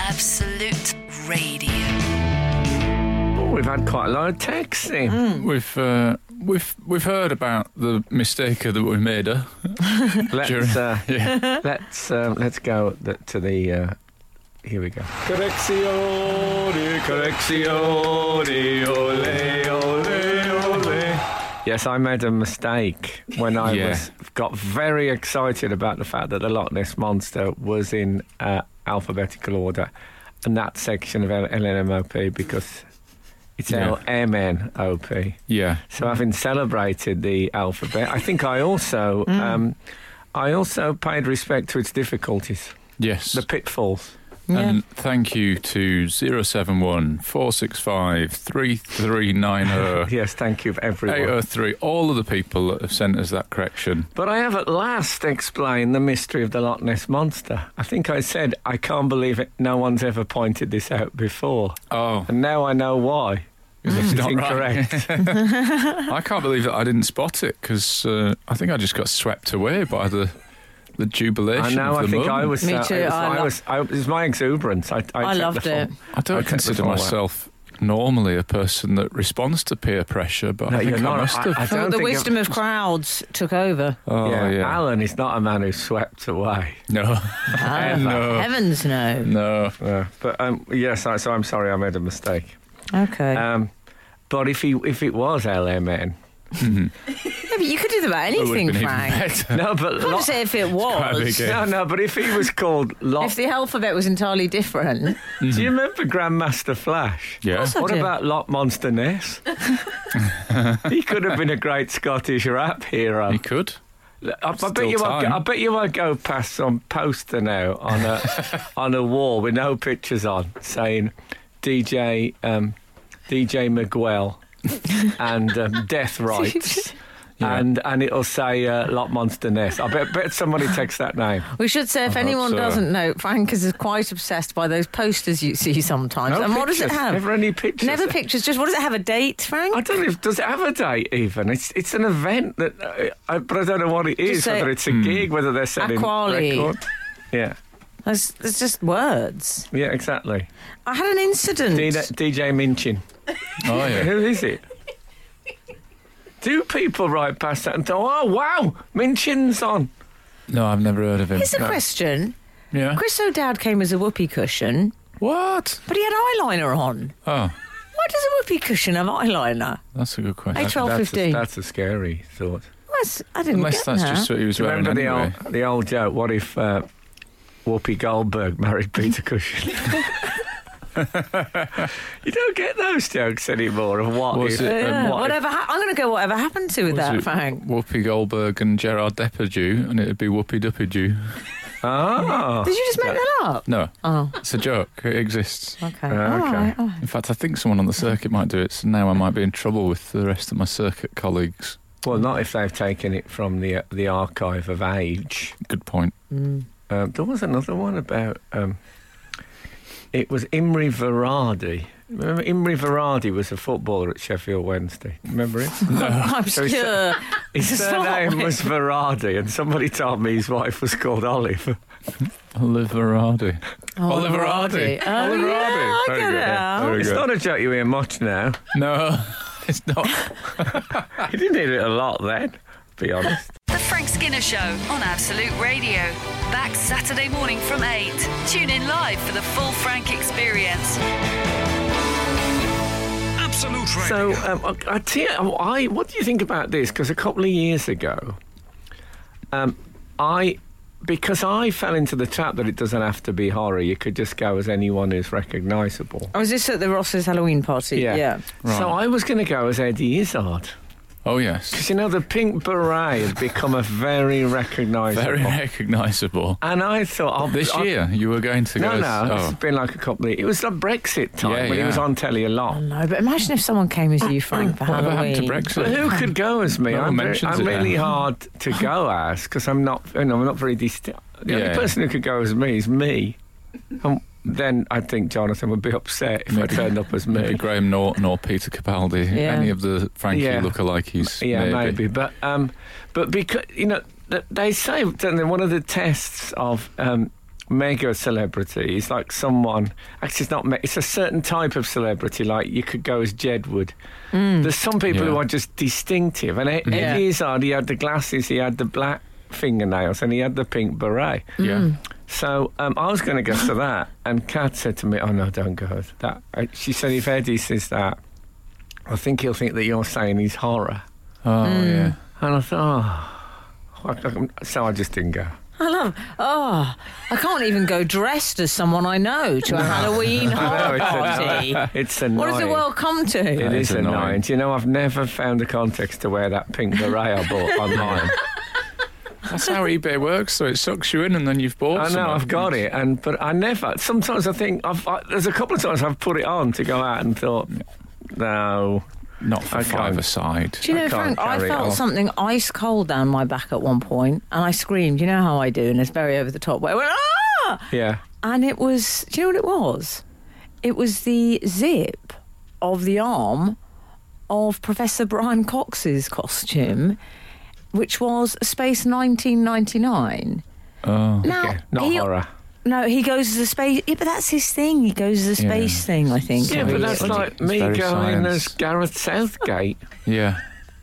A: Absolute Radio.
B: Oh, we've had quite a lot of texts in.
C: We've uh, we've we've heard about the mistake that we made. Uh,
B: Let's
C: Sure.
B: uh,
C: yeah.
B: let's um, let's go th- to the. Uh, here we go. Correccione, correccione, ole, ole, ole. Yes, I made a mistake when I
C: Yeah.
B: was got very excited about the fact that the Loch Ness monster was in uh, alphabetical order, and that section of L- LNMOP because it's
C: Yeah. Mm.
B: LMNOP.
C: Yeah.
B: So having celebrated the alphabet, I think I also
C: Mm.
B: um, I also paid respect to its difficulties,
C: Yes.
B: the pitfalls.
D: Yeah.
C: And thank you to 071 465 3390
B: Yes, thank you for everyone.
C: 803, all of the people that have sent us that correction.
B: But I have at last explained the mystery of the Loch Ness monster. I think I said I can't believe it. No one's ever pointed this out before,
C: Oh,
B: and now I know why. It's
C: Mm. not right.
B: incorrect.
C: I can't believe that I didn't spot it because uh, I think I just got swept away by the the jubilation.
B: I know.
C: of the
B: I think I
C: moment.
B: was.
D: Me
B: uh,
D: too,
B: It was,
D: I
B: I
D: lo-
B: was, I, it was my exuberance. I, I,
D: I
B: took the
D: loved
B: fall.
D: it.
C: I
B: I
C: don't
B: took the
C: consider
B: fall out.
C: myself normally a person that responds to peer pressure, but
B: No,
C: I think
B: you're not.
C: I must have.
B: I don't
D: Oh, the
B: think
D: wisdom of crowds took over.
C: oh
B: yeah,
C: yeah,
B: Alan is not a man who's swept away.
C: no,
D: Ah,
C: no.
D: Heavens no.
C: no.
B: Yeah, but um, yes, I, so I'm sorry I made a mistake.
D: Okay.
B: Um, but if he if it was LMN,
D: yeah, but you could do that about
C: It would have
D: anything,
C: been even
D: Frank.
C: better.
B: no, but
D: I would
B: Loch-
D: say if it
C: quite a big
D: was.
C: game.
B: no, no, but if he was called
D: If
B: Loch,
D: the alphabet was entirely different,
B: do you remember Grandmaster Flash?
C: Hmm. Yeah.
D: course I
B: What
D: do.
B: about Loch Monster Ness? he could have been a great Scottish rap hero.
C: He could.
B: I, I bet
C: Still
B: you, I,
C: time.
B: I bet you, I go past some poster now on a on a wall with no pictures on, saying DJ um, DJ Miguel and um, Death Rights.
C: Yeah.
B: And and it'll say uh, Lot Monster Ness. I bet, bet somebody takes that name.
D: we should say if
C: hope
D: anyone
C: so.
D: doesn't know, Frank is quite obsessed by those posters you see sometimes.
B: No
D: and what does it
B: pictures,
D: have?
B: Never any pictures.
D: Never pictures. Just what does it have? A date, Frank?
B: I don't know. If, does it have a date even? It's it's an event that, uh, I, but I don't know what it is.
D: say-
B: whether it's a
C: Hmm.
B: gig, whether they're selling
D: Aquali.
B: records. Yeah,
D: That's, that's just words.
B: yeah, exactly.
D: I had an incident.
B: D- DJ Minchin.
C: Oh yeah.
B: Who is it? Do people ride past that and go, oh, wow, Minchin's on?
C: No, I've never heard of him.
D: Here's a question.
C: Yeah.
D: Chris O'Dowd came as a whoopee cushion,
C: What?
D: but he had eyeliner on.
C: Oh,
D: Why does a whoopee cushion have eyeliner?
C: that's a good
D: Hey,
C: question.
D: twelve
B: that's,
D: fifteen.
B: A, that's a scary thought.
D: That's- I didn't
C: Unless
D: get
C: that's
D: that.
C: just what he was
B: Do you
C: wearing
B: remember
C: anyway.
B: the, old, the old joke? What if uh, Whoopi Goldberg married Peter Cushing? you don't get those jokes anymore of what
C: Was
B: if
C: it,
B: and
D: Yeah,
B: what if.
D: Uh, whatever. hap- I'm going to go. Whatever happened to with
C: Was
D: that,
C: it
D: Frank?
C: Whoopi Goldberg and Gerard Depardieu, and it'd be Whoopi Duppy
B: Oh.
D: Did you just make that up?
C: No,
D: Oh,
C: it's a joke. It exists.
D: okay. Oh.
B: Uh,
D: All
B: okay.
D: right. All right.
C: In fact, I think someone on the circuit might do it, so now I might be in trouble with the rest of my circuit colleagues.
B: Well, not if they've taken it from the uh, the archive of age.
C: Good point.
B: Um, there was another one about. Um, it was Imri Varadi. Remember, Imri Varadi was a footballer at Sheffield Wednesday. Remember him?
D: I'm sure.
B: His surname was Varadi, and somebody told me his wife was called Olive.
C: Oliveradi.
D: Oh.
C: Oliveradi.
D: Oliveradi. Oh,
B: Oliveradi.
D: yeah, I
B: Very
D: get
B: good,
D: it
B: yeah.
D: now.
B: It's
C: good.
B: not a joke you hear much now.
C: No, it's not.
B: You didn't hear it a lot then, to be honest.
A: The Frank Skinner Show on Absolute Radio. Back Saturday morning from 8. Tune in live for the full Frank experience.
E: Absolute
B: So,
E: Radio.
B: um, I, I tell you, I, what do you think about this? Because a couple of years ago, um, I, because I fell into the trap that it doesn't have to be horror, you could just go as anyone who's recognisable.
D: Oh, is this at the Ross's Halloween party?
B: So
C: Right.
B: I was going to go as Eddie Izzard.
C: Oh, yes.
B: Because, you know, the pink beret had become a very recognisable.
C: Very recognisable.
B: and I thought, I'll,
C: This
B: I'll-
C: year, you were going to
B: No,
C: go. oh.
B: no,
C: as-
B: it's been like a couple of. It was like Brexit time
C: Yeah,
B: when he
C: yeah.
B: was on telly a lot.
D: No, but imagine if someone came as you, Frank, for
C: Whatever
D: Halloween.
C: happened to
B: But
C: Brexit?
B: who could go as me?
C: No one
B: I'm, very-
C: mentions
B: I'm
C: it
B: really
C: now.
B: hard to go as because I'm not. You know, I'm not very distinct. The only
C: Yeah.
B: person who could go as me is me. And then I think Jonathan would be upset if I
C: Maybe-
B: turned up as
C: Maybe
B: me.
C: Graham Norton or Peter Capaldi,
D: Yeah.
C: any of the Frankie
B: Yeah.
C: lookalikes.
B: Yeah, maybe. But um, but because you know, th- they say don't they, one of the tests of um, mega celebrity is like someone. Actually, it's not. Me- it's a certain type of celebrity. Like you could go as Jedward. There's some people who
C: Yeah.
B: are just distinctive. And Ed- Eddie Izzard, he had the glasses, he had the black fingernails, and he had the pink beret.
C: Yeah.
B: So um, I was going to go to that, and Kat said to me, "Oh no, don't go to that." Uh, She said, "If Eddie says that, I think he'll think that you're saying he's horror."
C: Oh,
B: Hmm.
C: yeah.
B: And I thought, oh. I- I- So I just didn't go.
D: I love. Oh, I can't even go dressed as someone I know to a Halloween
B: Oh,
D: horror party.
B: It's annoying.
D: What does the world come to?
B: It
C: That
B: is
C: is
B: annoying.
C: annoying.
B: Do you know, I've never found a context to wear that pink beret I bought online.
C: That's how eBay works, so it sucks you in and then you've bought
B: I know,
C: something.
B: I've got it, and but I never. Sometimes I think I've. I, there's a couple of times I've put it on to go out and thought, no.
C: Not for
B: I can't.
C: five aside.
D: Do you know,
B: I can't
D: Frank, I
B: carry it
D: felt
B: on.
D: something ice cold down my back at one point, and I screamed. You know how I do, and it's very over the top. But I went, ah!
B: Yeah.
D: And it was, do you know what it was? It was the zip of the arm of Professor Brian Cox's costume, which was Space 1999.
C: Oh.
D: Now,
B: Okay. Not
D: he-
B: horror.
D: No, he goes to the space. Yeah, but that's his thing. He goes to the space
C: Yeah.
D: thing, I think.
B: Yeah, but
D: every
B: that's
D: year.
B: like
C: It's
B: me
C: very
B: going
C: science.
B: as Gareth Southgate.
C: Yeah.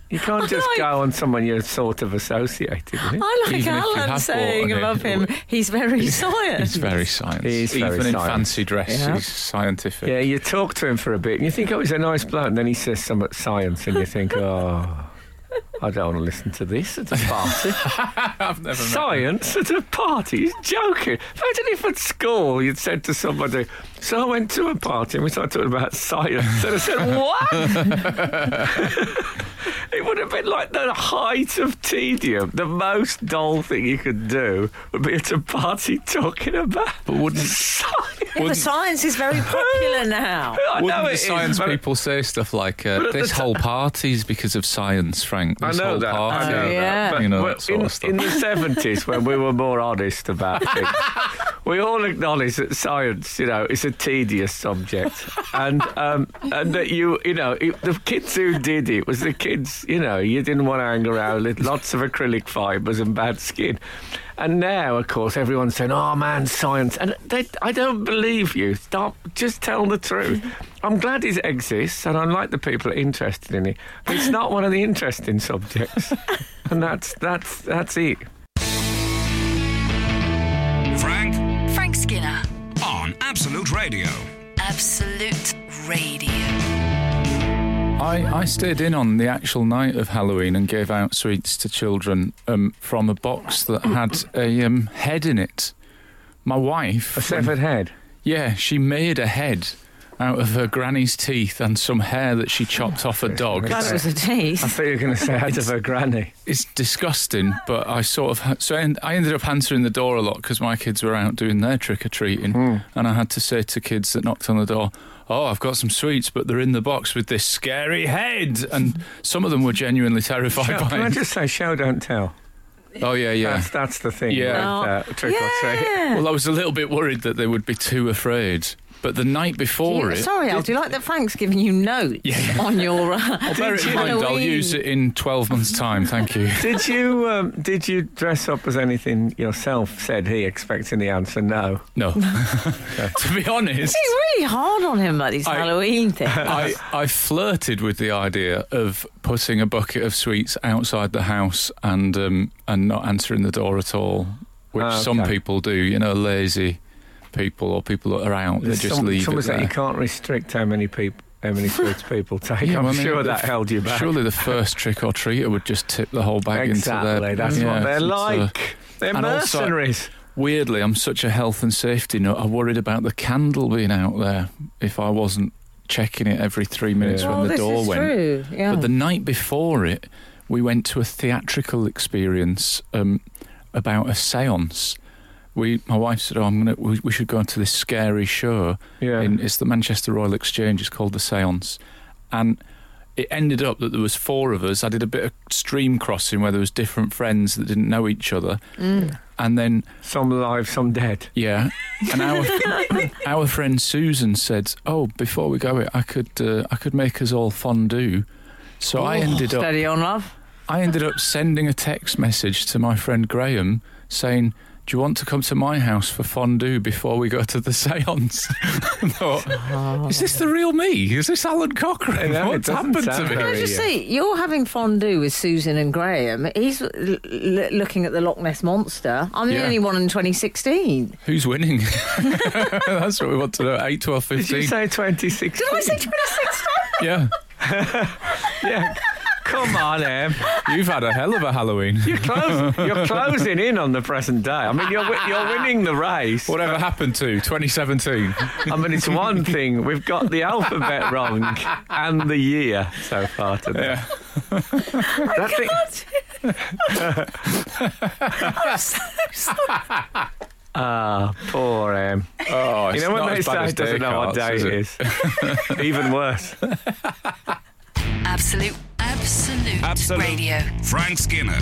B: You can't just
D: like-
B: go on someone you're sort of associated with.
D: I like
C: Even if you have
D: Alan
C: bought
D: saying
C: it,
D: above him, he's very science.
C: It's very science.
B: It is
C: Even
B: very
C: in
B: science.
C: fancy dress,
D: Yeah.
C: he's scientific.
B: Yeah, you talk to him for a bit and you think, oh, he's a nice bloke. And then he says some science and you think, oh, I don't want to listen to this at a party.
C: I've never
B: science at a party? He's joking. Imagine if at school you'd said to somebody, so I went to a party and we started talking about science. And I said, what? it would have been like the height of tedium. The most dull thing you could do would be at a party talking about
C: But wouldn't-
B: science.
D: But science is very popular
B: I
D: now.
C: Wouldn't
B: know
C: the
B: it is,
C: science
B: but-
C: people say stuff like, uh,
B: at the
C: this
B: ti-
C: whole party's because of science, Frank?
B: I
C: This
B: know
C: whole
B: that. I
C: party.
B: know
D: Oh, yeah.
B: that. But
C: You know,
B: well,
C: that sort
B: in,
C: of stuff.
B: in the seventies, when we were more honest about things, we all acknowledge that science, you know, is a tedious subject, and um, and that you, you know, it, the kids who did it was the kids, you know, you didn't want to hang around with lots of acrylic fibres and bad skin. And now, of course, everyone's saying, "Oh man, science," and they, I don't believe you. Stop. Just tell the truth. I'm glad it exists, and I like the people that are interested in it. But it's not one of the interesting subjects, and that's that's that's it.
E: Frank
A: Frank Skinner,
E: on Absolute Radio.
A: Absolute Radio.
C: I, I stayed in on the actual night of Halloween and gave out sweets to children um, from a box that had a um, head in it. My wife,
B: A severed head.
C: yeah, she made a head out of her granny's teeth and some hair that she chopped off a dog.
D: Glad it was a
B: I
D: teeth.
B: thought you were going to say out of her granny.
C: It's disgusting, but I sort of ha- so I, en- I ended up answering the door a lot because my kids were out doing their trick or treating, and I had to say to kids that knocked on the door, "Oh, I've got some sweets, but they're in the box with this scary head," and some of them were genuinely terrified
B: Show,
C: by
B: can I
C: it.
B: just say, show don't tell.
C: Oh yeah, yeah.
B: That's, that's the thing.
C: Yeah.
B: With, uh, trick or treat.
D: Oh, Yeah.
C: Well, I was a little bit worried that they would be too afraid, but the night before it.
D: Sorry, Al. Do you like that Frank's giving you notes on your? Uh,
C: I'll bear it in mind. I'll use it in 12 months' time. Thank you.
B: Did you um, did you dress up as anything yourself? Said he, expecting the answer no.
C: No. to be honest,
D: He's really hard on him about these
C: I-
D: Halloween things.
C: I, I flirted with the idea of putting a bucket of sweets outside the house and um, and not answering the door at all, which
B: Ah,
C: some
B: okay.
C: people do. You know, lazy people or people that are out. They just
B: Some-
C: leave
B: some
C: it
B: was that
C: there.
B: you can't restrict how many people how many sweets people take.
C: Yeah,
B: I'm
C: I mean,
B: sure
C: the
B: that
C: f-
B: held you back.
C: Surely the first trick or treater would just tip the whole bag into
B: exactly.
C: their.
B: That's what
C: Yeah,
B: they're
C: it's, uh,
B: like. They're
C: and also-
B: mercenaries.
C: Weirdly, I'm such a health and safety nut. I worried about the candle being out there if I wasn't checking it every three minutes
B: Yeah.
C: when the
D: Oh, this
C: door
D: is
C: went.
D: true. Yeah.
C: But the night before it, we went to a theatrical experience um, about a séance. We, my wife said, "Oh, I'm gonna. We, we should go to this scary show.
B: Yeah.
C: In, it's the Manchester Royal Exchange. It's called the Séance, and it ended up that there was four of us. I did a bit of stream crossing where there was different friends that didn't know each other,
D: Mm.
C: and then
B: Some alive, some dead.
C: yeah. And our our friend Susan said, "Oh, before we go, I could uh, I could make us all fondue." So I ended up
D: Steady on, love.
C: I ended up sending a text message to my friend Graham saying. Do you want to come to my house for fondue before we go to the séance? I thought, is this the real me? Is this Alan Cochrane?
B: Yeah, it
C: What's
B: doesn't
C: happened
B: sound very-
C: to me?
D: Can I just
B: yeah.
D: say, you're having fondue with Susan and Graham. He's l- l- looking at the Loch Ness Monster. I'm
C: Yeah.
D: the only one in 2016.
C: Who's winning? That's what we want to know. 8, 12,
B: Did you
C: 15.
B: say 2016?
D: Did I say 2016?
C: Yeah.
B: yeah. Come on, Em.
C: You've had a hell of a Halloween.
B: You're, close, you're closing in on the present day. I mean, you're, wi- you're winning the race.
C: Whatever happened to 2017?
B: I mean, it's one thing. We've got the alphabet wrong and the year so far today.
C: Yeah.
B: That thing- Ah, poor Em.
C: Oh,
B: You
C: it's
B: know
C: not
B: when they
C: as bad
B: say
C: as
B: it doesn't know what day
C: Descartes,
B: it is? Even worse.
A: Absolute, absolute,
E: Absolute.
A: radio.
E: Frank Skinner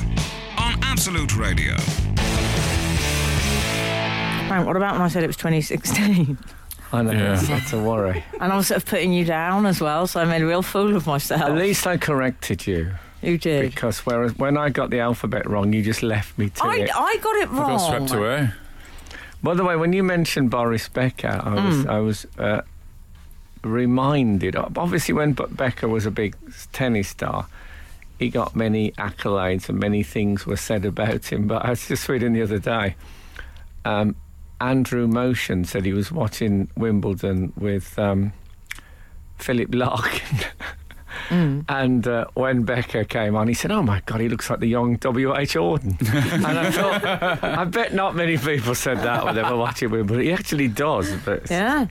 E: on Absolute Radio.
D: Frank, what about when I said it was 2016?
B: I know,
C: Yeah.
B: it's that's a worry.
D: And I was sort of putting you down as well, so I made a real fool of myself.
B: At least I corrected you
D: you did.
B: because whereas when I got the alphabet wrong, you just left me to
D: I,
B: it.
D: I got it
C: I
D: wrong.
C: got swept away.
B: By the way, when you mentioned Boris Becker, I was I was uh, reminded. of- Obviously, when B- Becker was a big s- tennis star, he got many accolades and many things were said about him. But I was just reading the other day. Um, Andrew Motion said he was watching Wimbledon with um, Philip Larkin. And uh, when Becker came on, he said, "Oh my God, he looks like the young W. H. Auden." and I thought, I bet not many people said that when they were watching Wimbledon. He actually does. But
D: Yeah,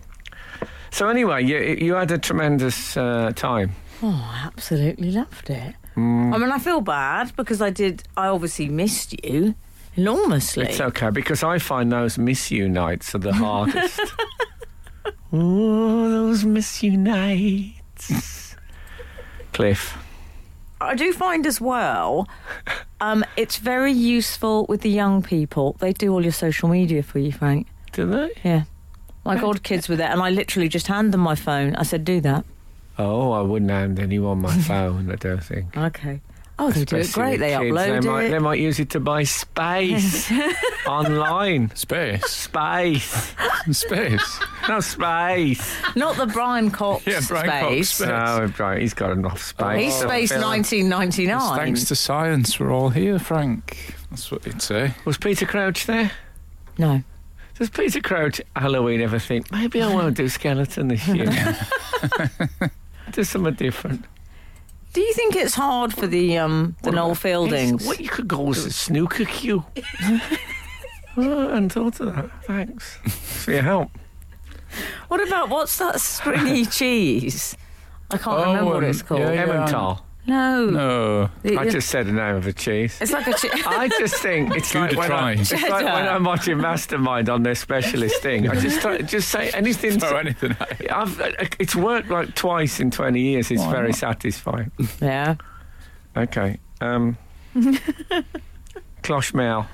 B: so anyway, you, you had a tremendous uh, time.
D: Oh, absolutely loved it. I mean, I feel bad because I did, I obviously missed you enormously.
B: It's okay because I find those Miss You nights are the hardest. Ooh, those Miss You nights. Cliff.
D: I do find as well, um, it's very useful with the young people. They do all your social media for you, Frank.
B: Do they?
D: Yeah. Like old kids with it, and I literally just hand them my phone. I said, "Do that."
B: Oh, I wouldn't hand anyone my phone, I don't think.
D: Okay. Oh, they do it
B: Especially with
D: great. They
B: kids.
D: upload
B: they might,
D: it.
B: They might use it to buy space online.
C: Space.
B: Space.
C: Space.
B: No, space.
D: Not the Brian Cox
C: Yeah, Brian Cox
D: space.
C: space.
B: No, right, he's got enough space.
D: He's
B: So
D: space
B: Phil-
D: 1999.
C: Thanks to science, we're all here, Frank. That's what you'd say.
B: Was Peter Crouch there?
D: no.
B: Does Peter Crouch Halloween ever think maybe I won't do skeleton this year? do something different.
D: Do you think it's hard for the um the Noel Fieldings?
B: What you could call is a snooker cue. oh, and thought of that. Thanks for your help.
D: What about what's that springy cheese? I can't
C: Oh,
D: remember what
C: um,
D: it's called.
C: yeah, yeah.
B: Emmental.
D: No.
C: No.
D: It-
B: I just said the name of a cheese.
D: It's like a cheese.
B: I just think it's
C: Good
B: like,
C: to
B: when I,
C: try.
B: it's like when
D: Cheddar.
B: I'm watching Mastermind on their specialist thing. I just try, just say anything.
C: Throw Oh, anything at you.
B: I've, uh, it's worked like twice in 20 years. It's
C: Why
B: very
C: not?
B: satisfying.
D: yeah.
B: Okay. Um, Clochemel.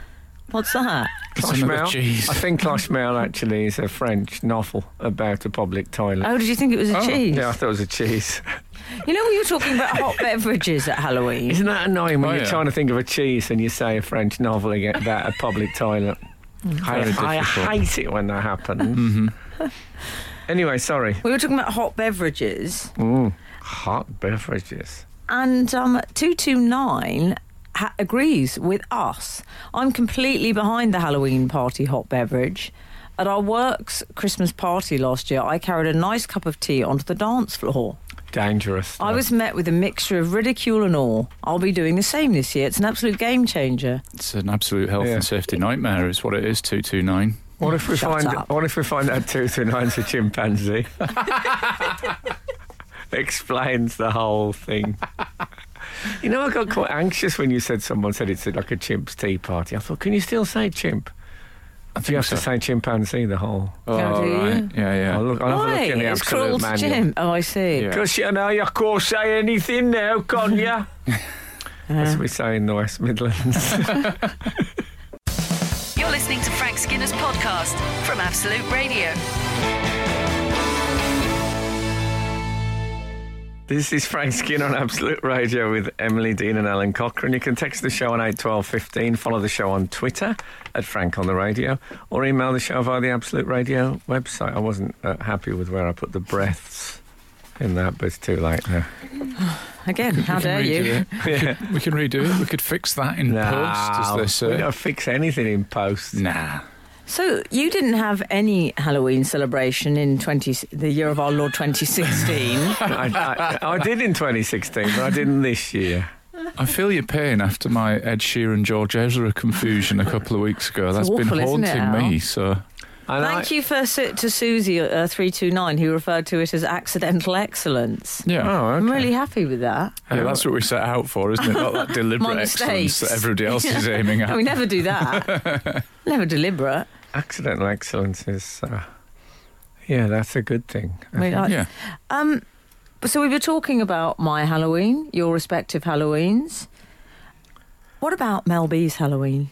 D: What's that?
C: It's another
B: Clochemel?
C: cheese.
B: I think Clochemel actually is a French novel about a public toilet.
D: Oh, did you think it was a
C: Oh,
D: cheese?
B: Yeah, I thought it was a cheese.
D: You know when you were talking about hot beverages at Halloween?
B: Isn't that annoying when
C: Oh,
B: you're
C: yeah.
B: trying to think of a cheese and you say a French novel again about a public toilet?
C: Very
B: I, I
C: difficult.
B: hate it when that happens. Mm-hmm. Anyway, sorry.
D: We were talking about hot beverages,
B: Mm, hot beverages.
D: and um, 229 ha- agrees with us. I'm completely behind the Halloween party hot beverage. At our work's Christmas party last year, I carried a nice cup of tea onto the dance floor.
B: Dangerous. Stuff.
D: I was met with a mixture of ridicule and awe. I'll be doing the same this year. It's an absolute game changer.
C: It's an absolute health
B: Yeah.
C: and safety nightmare, is what it is, 229.
B: What if we
D: Shut
B: find?
D: up.
B: What if we find out two through nine's a chimpanzee? Explains the whole thing. You know, I got quite anxious when you said someone said it's like a chimp's tea party. I thought, can you still say chimp?
C: I
B: Do you have to
C: so.
B: say chimpanzee the whole?
C: Oh,
D: Yeah, do
C: right.
D: you?
C: Yeah, yeah.
B: I'll, look, I'll have a
D: Why?
B: look in the
D: it's
B: absolute
D: cruel to
B: manual.
D: Jim. Oh, I see.
C: Yeah.
B: Because you know you can't say anything now, can you?
D: Uh.
B: As we say in the West Midlands.
A: You're listening to Frank Skinner's podcast from Absolute Radio.
B: This is Frank Skinner on Absolute Radio with Emily Dean and Alan Cochrane. You can text the show on 81215, follow the show on Twitter at Frank on the Radio, or email the show via the Absolute Radio website. I wasn't uh, happy with where I put the breaths in that, but it's too late now.
D: Again, how
C: We can
D: dare
C: redo
D: you?
C: it. We, could, we can redo it. We could fix that in post, as they
B: we
C: say.
B: don't fix anything in post.
C: Nah.
D: So you didn't have any Halloween celebration in 20, the year of our Lord 2016.
B: I, I, I did in 2016, but I didn't this year.
C: I feel your pain after my Ed Sheeran George Ezra confusion a couple of weeks ago. That's been
D: awful, isn't it,
C: haunting me. So
B: And I-
D: Thank you for su- to Susie uh, three two nine who referred to it as accidental excellence.
C: yeah,
B: Oh, okay.
D: I'm really happy with that.
C: yeah, that's what we set out for, isn't it? Not that
D: My
C: deliberate
D: mistakes.
C: excellence that everybody else is aiming at.
D: And we never do that. never deliberate.
B: Accidental excellence is, uh, yeah, that's a good thing.
D: I mean, I-
C: yeah,
D: Um, so we were talking about my Halloween, your respective Halloweens. What about Mel B's Halloween?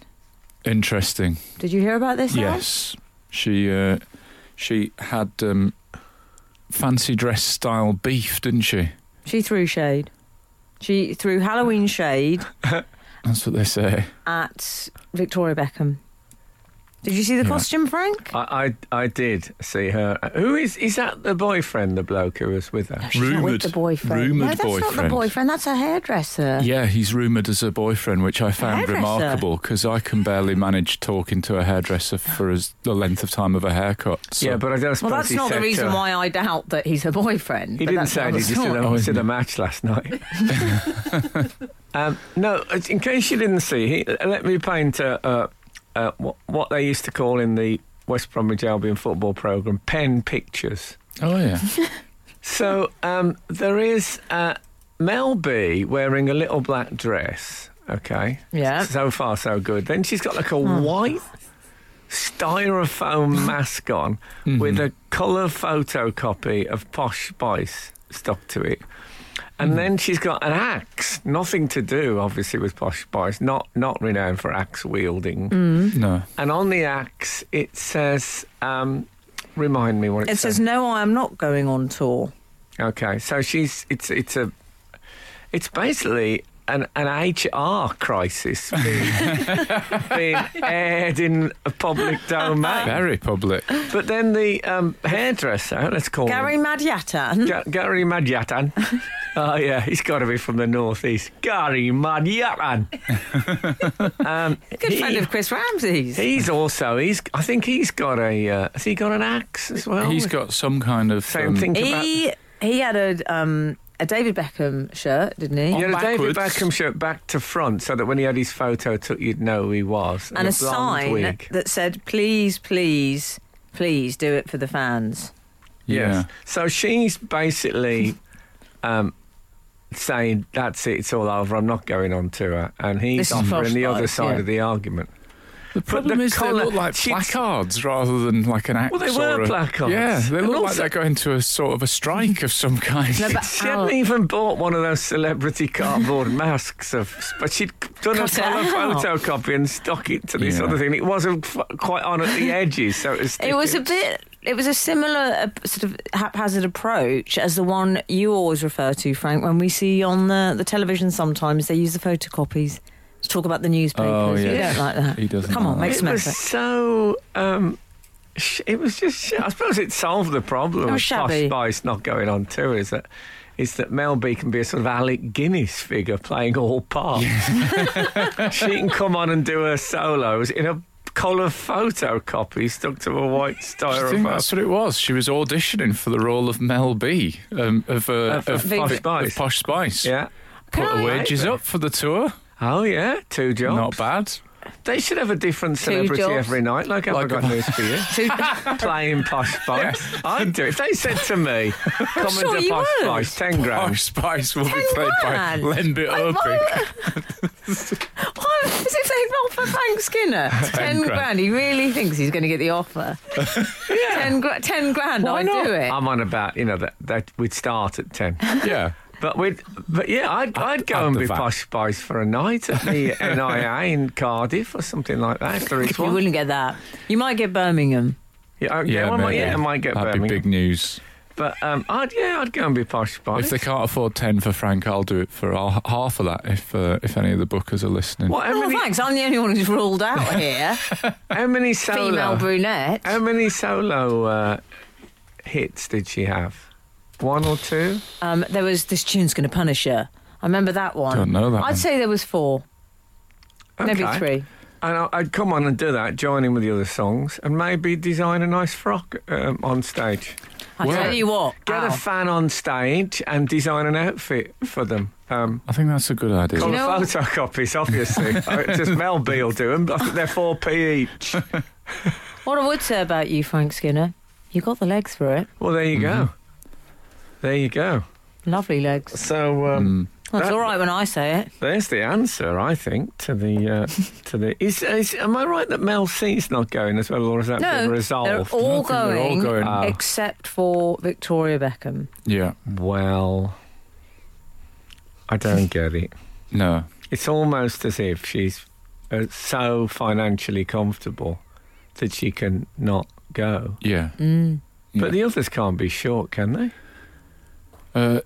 C: interesting.
D: Did you hear about this? Al?
C: Yes, she uh, she had um, fancy dress style beef, didn't she?
D: She threw shade. She threw Halloween shade
C: That's what they say.
D: at Victoria Beckham. Did you see the
C: Yeah.
D: costume, Frank?
B: I, I I did see her. Who is is that? The boyfriend, the bloke who was with her.
D: She's not with
C: Rumoured-
D: the boyfriend.
C: rumoured
D: no, that's not the
C: boyfriend.
D: boyfriend. That's her hairdresser.
C: Yeah, he's rumoured as her boyfriend, which I found
D: Hairdresser.
C: remarkable because I can barely manage talking to a hairdresser for as the length of time of a haircut. So.
B: Yeah, but I don't suppose
D: Well, that's
B: he
D: not
B: said
D: the
B: to
D: reason
B: her-
D: why I doubt that he's her boyfriend.
B: He
D: but
B: didn't
D: that's
B: say it,
D: another
B: he just said,
D: story.
B: "I was
C: story.
B: at a match last night. um, no, in case you didn't see, he, let me paint uh, uh, uh, what, what they used to call in the West Bromwich Albion football programme pen pictures.
C: oh yeah,
B: So um, there is uh, Mel B wearing a little black dress. Okay.
D: Yeah. Hmm.
B: So far, so good. Then she's got like a white styrofoam mask on with a colour photocopy of Posh Spice stuck to it. And then she's got an axe, nothing to do, obviously, with Posh Spice, not, not renowned for axe wielding.
D: Mm.
C: no.
B: And on the axe, it says, um, remind me what it,
D: It says, "No, I am not going on tour."
B: Okay, so she's it's it's a it's basically an an HR crisis being, being aired in a public domain.
C: Very public.
B: But then the um, hairdresser, let's call
D: Gary
B: him
D: Madjatan.
B: Ga- Gary Madjatan. oh yeah, he's got to be from the northeast. Gary Madjatan. um,
D: Good
B: he-
D: friend of Chris Ramsey's.
B: He's also he's I think he's got a uh, has he got an axe as well?
C: He's got some kind of
B: same
C: um,
B: thing. about-
D: He he had a um, a David Beckham shirt, didn't he?
B: You had a David
C: backwards.
B: Beckham shirt back to front so that when he had his photo took, you'd know who he was.
D: and
B: a
D: a sign
B: blonde wig.
D: that said, "Please, please, please, do it for the fans."
B: Yes.
C: Yeah.
B: So she's basically um, saying, "That's it. It's all over. I'm not going on to her." And he's
D: This is
B: offering the
D: Frostbite,
B: other side
D: yeah.
B: of the argument.
C: The problem
B: the
C: is
B: colour-
C: they look like
B: she'd-
C: placards rather than like an axe.
B: Well, they
C: or
B: were
C: a-
B: placards.
C: Yeah, they
B: And
C: look like
B: also-
C: they're going to a sort of a strike of some kind.
D: No, but
B: She
D: Al-
B: hadn't even bought one of those celebrity cardboard masks, of, but she'd done a
D: Cut it
B: colour
D: out.
B: photocopy and stuck it to this
C: Yeah.
B: other thing. It wasn't f- quite on at the edges, so it was.
D: It was a
B: sticking.
D: bit. It was a similar uh, sort of haphazard approach as the one you always refer to, Frank. When we see on the, the television, sometimes they use the photocopies to talk about the newspapers.
C: Oh,
D: You
C: yes.
D: don't like that.
C: He doesn't
D: Come on,
C: like
D: make
B: It
D: some
B: was
D: effort.
B: so. Um, sh- it was just. sh- I suppose it solved the problem.
C: Oh,
D: It was
B: of Posh
D: shabby.
B: Spice not going on tour is that. Is that Mel B can be a sort of Alec Guinness figure playing all parts? she can come on and do her solos in a colour photocopy stuck to a white
C: Do you think that's
B: styrofoam.
C: what it was? She was auditioning for the role of Mel B um, of, uh,
B: Of- of Posh Spice.
C: of Posh Spice.
B: Yeah.
C: Put
D: Can
C: the
D: I-
C: wages
B: Maybe.
C: up for the tour.
B: Oh yeah, two jobs.
C: Not bad.
B: They should have a different celebrity
D: jobs.
B: every night. Like, have I
C: Like
B: got
C: a-
B: news for you? Playing posh spice. I'd do it. If they said to me, "Come and
D: sure
B: do
D: you
B: posh
D: would.
B: spice, ten grand."
C: Posh Spice will be played by
D: grand.
C: Len Bit
D: Like, why
C: Opie.
D: Why- As if they offer Frank Skinner ten
C: grand.
D: grand. He really thinks he's going to get the offer. ten, gra- ten grand,
B: Why
D: I
B: not?
D: do it.
B: I'm on about you know that, that we'd start at ten,
C: Yeah.
B: but we'd but yeah, I'd, I'd go
C: add
B: and
C: the
B: be
C: VAT.
B: posh spice for a night at the NIA in Cardiff or something like that. If there is
D: you
B: one,
D: wouldn't get that. You might get Birmingham.
B: yeah, okay,
C: Yeah,
B: well, I might,
C: maybe.
B: yeah, I might get
C: That'd
B: Birmingham.
C: be big news.
B: But um, I'd yeah, I'd go and be posh spice.
C: If they can't afford 10 for Frank, I'll do it for al- half of that if uh, if any of the bookers are listening.
B: what? How
D: Oh,
B: many,
D: thanks. I'm the only one who's ruled out here.
B: how many solo?
D: Female brunette.
B: How many solo uh, hits did she have? One or two?
D: Um, there was this tune's going to punish her. I remember that one.
C: Don't know that
D: I'd
C: one.
D: say there was four, maybe
B: Okay.
D: three.
B: And I- I'd come on and do that, join in with the other songs, and maybe design a nice frock um, on stage.
D: I
C: Well,
D: tell you what,
B: Get
D: Al,
B: a fan on stage and design an outfit for them. Um,
C: I think that's a good idea.
B: colour
D: you know-
B: photocopies, obviously. Uh, Just Mel B will do them. I think they're four p each.
D: what I would say about you, Frank Skinner, you got the legs for it.
B: Well, there you
D: Mm-hmm.
B: go. There you go.
D: Lovely legs.
B: So um,
D: That's
B: That-
D: all right when I say it.
B: there's the answer, I think, to the uh, to the. Is, is, am I right that Mel C's not going as well, or is that
D: No,
B: been resolved?
D: they're all
C: I think they're all
D: going,
C: going.
B: Oh.
D: except for Victoria Beckham.
C: Yeah.
B: Well, I don't get it.
C: No.
B: It's almost as if she's uh, so financially comfortable that she can not go.
C: Yeah.
D: Mm.
B: But the others can't be short, can they?
C: Uh,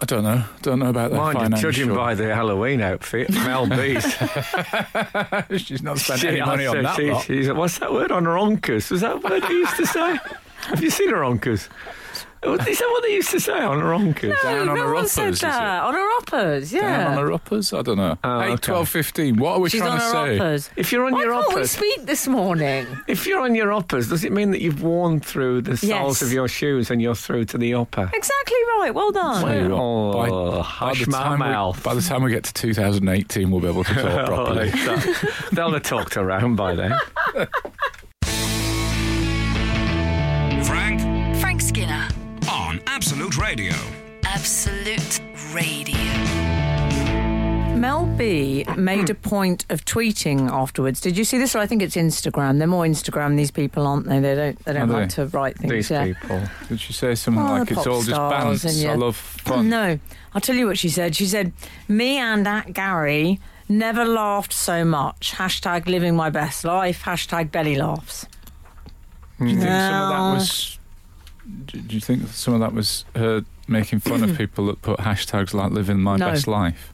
C: I don't know. Don't know about that.
B: Mind you,
C: financial.
B: judging by the Halloween outfit, Mel B's.
C: she's not spent
B: She-
C: any
B: I
C: money on
B: said
C: that.
B: she-
C: lot.
B: she's- what's that word on ronkers? Was that what they used to say? Have you seen a ronkers? Oh, Is that what they used to say on a ronkers?
C: Down
D: no,
C: on
D: no
C: her
D: one
C: uppers,
D: said
C: is it?
D: that. On her uppers, yeah.
C: Down on her uppers? I don't know.
B: Oh,
C: Eight,
B: okay.
C: twelve, fifteen. What are we
D: She's
C: trying
D: on
C: to
D: her
C: say?
D: uppers.
B: If you're on
D: Why
B: your
D: can't we
B: uppers,
D: speak this morning?
B: if you're on your uppers, does it mean that you've worn through the soles
D: Yes.
B: of your shoes and you're through to the upper?
D: Exactly right. Well done.
C: Tell you what,
B: Oh,
C: by- by,
B: hush
C: the
B: my
C: time we,
B: mouth.
C: by the time we get to 2018, we'll be able to talk properly.
B: Oh, They'll have talked around by then.
E: Frank
A: Frank Skinner,
E: on Absolute Radio.
A: Absolute Radio.
D: Mel B made a point of tweeting afterwards. Did you see this? Or I think it's Instagram. They're more Instagram these people, aren't they? They don't. They don't
C: Are
D: like
C: they?
D: to write things.
B: These
D: yeah.
B: people.
C: Did she say something
D: Oh,
C: like
D: the
C: it's
D: pop
C: all just
D: stars and
C: balance?
D: yeah.
C: I love fun.
D: No, I'll tell you what she said. She said, "Me and at Gary never laughed so much." Hashtag living my best life. Hashtag belly laughs.
C: Do you think some of
D: No.
C: that was? Do do you think some of that was her making fun of people that put hashtags like "living my
D: No.
C: best life"?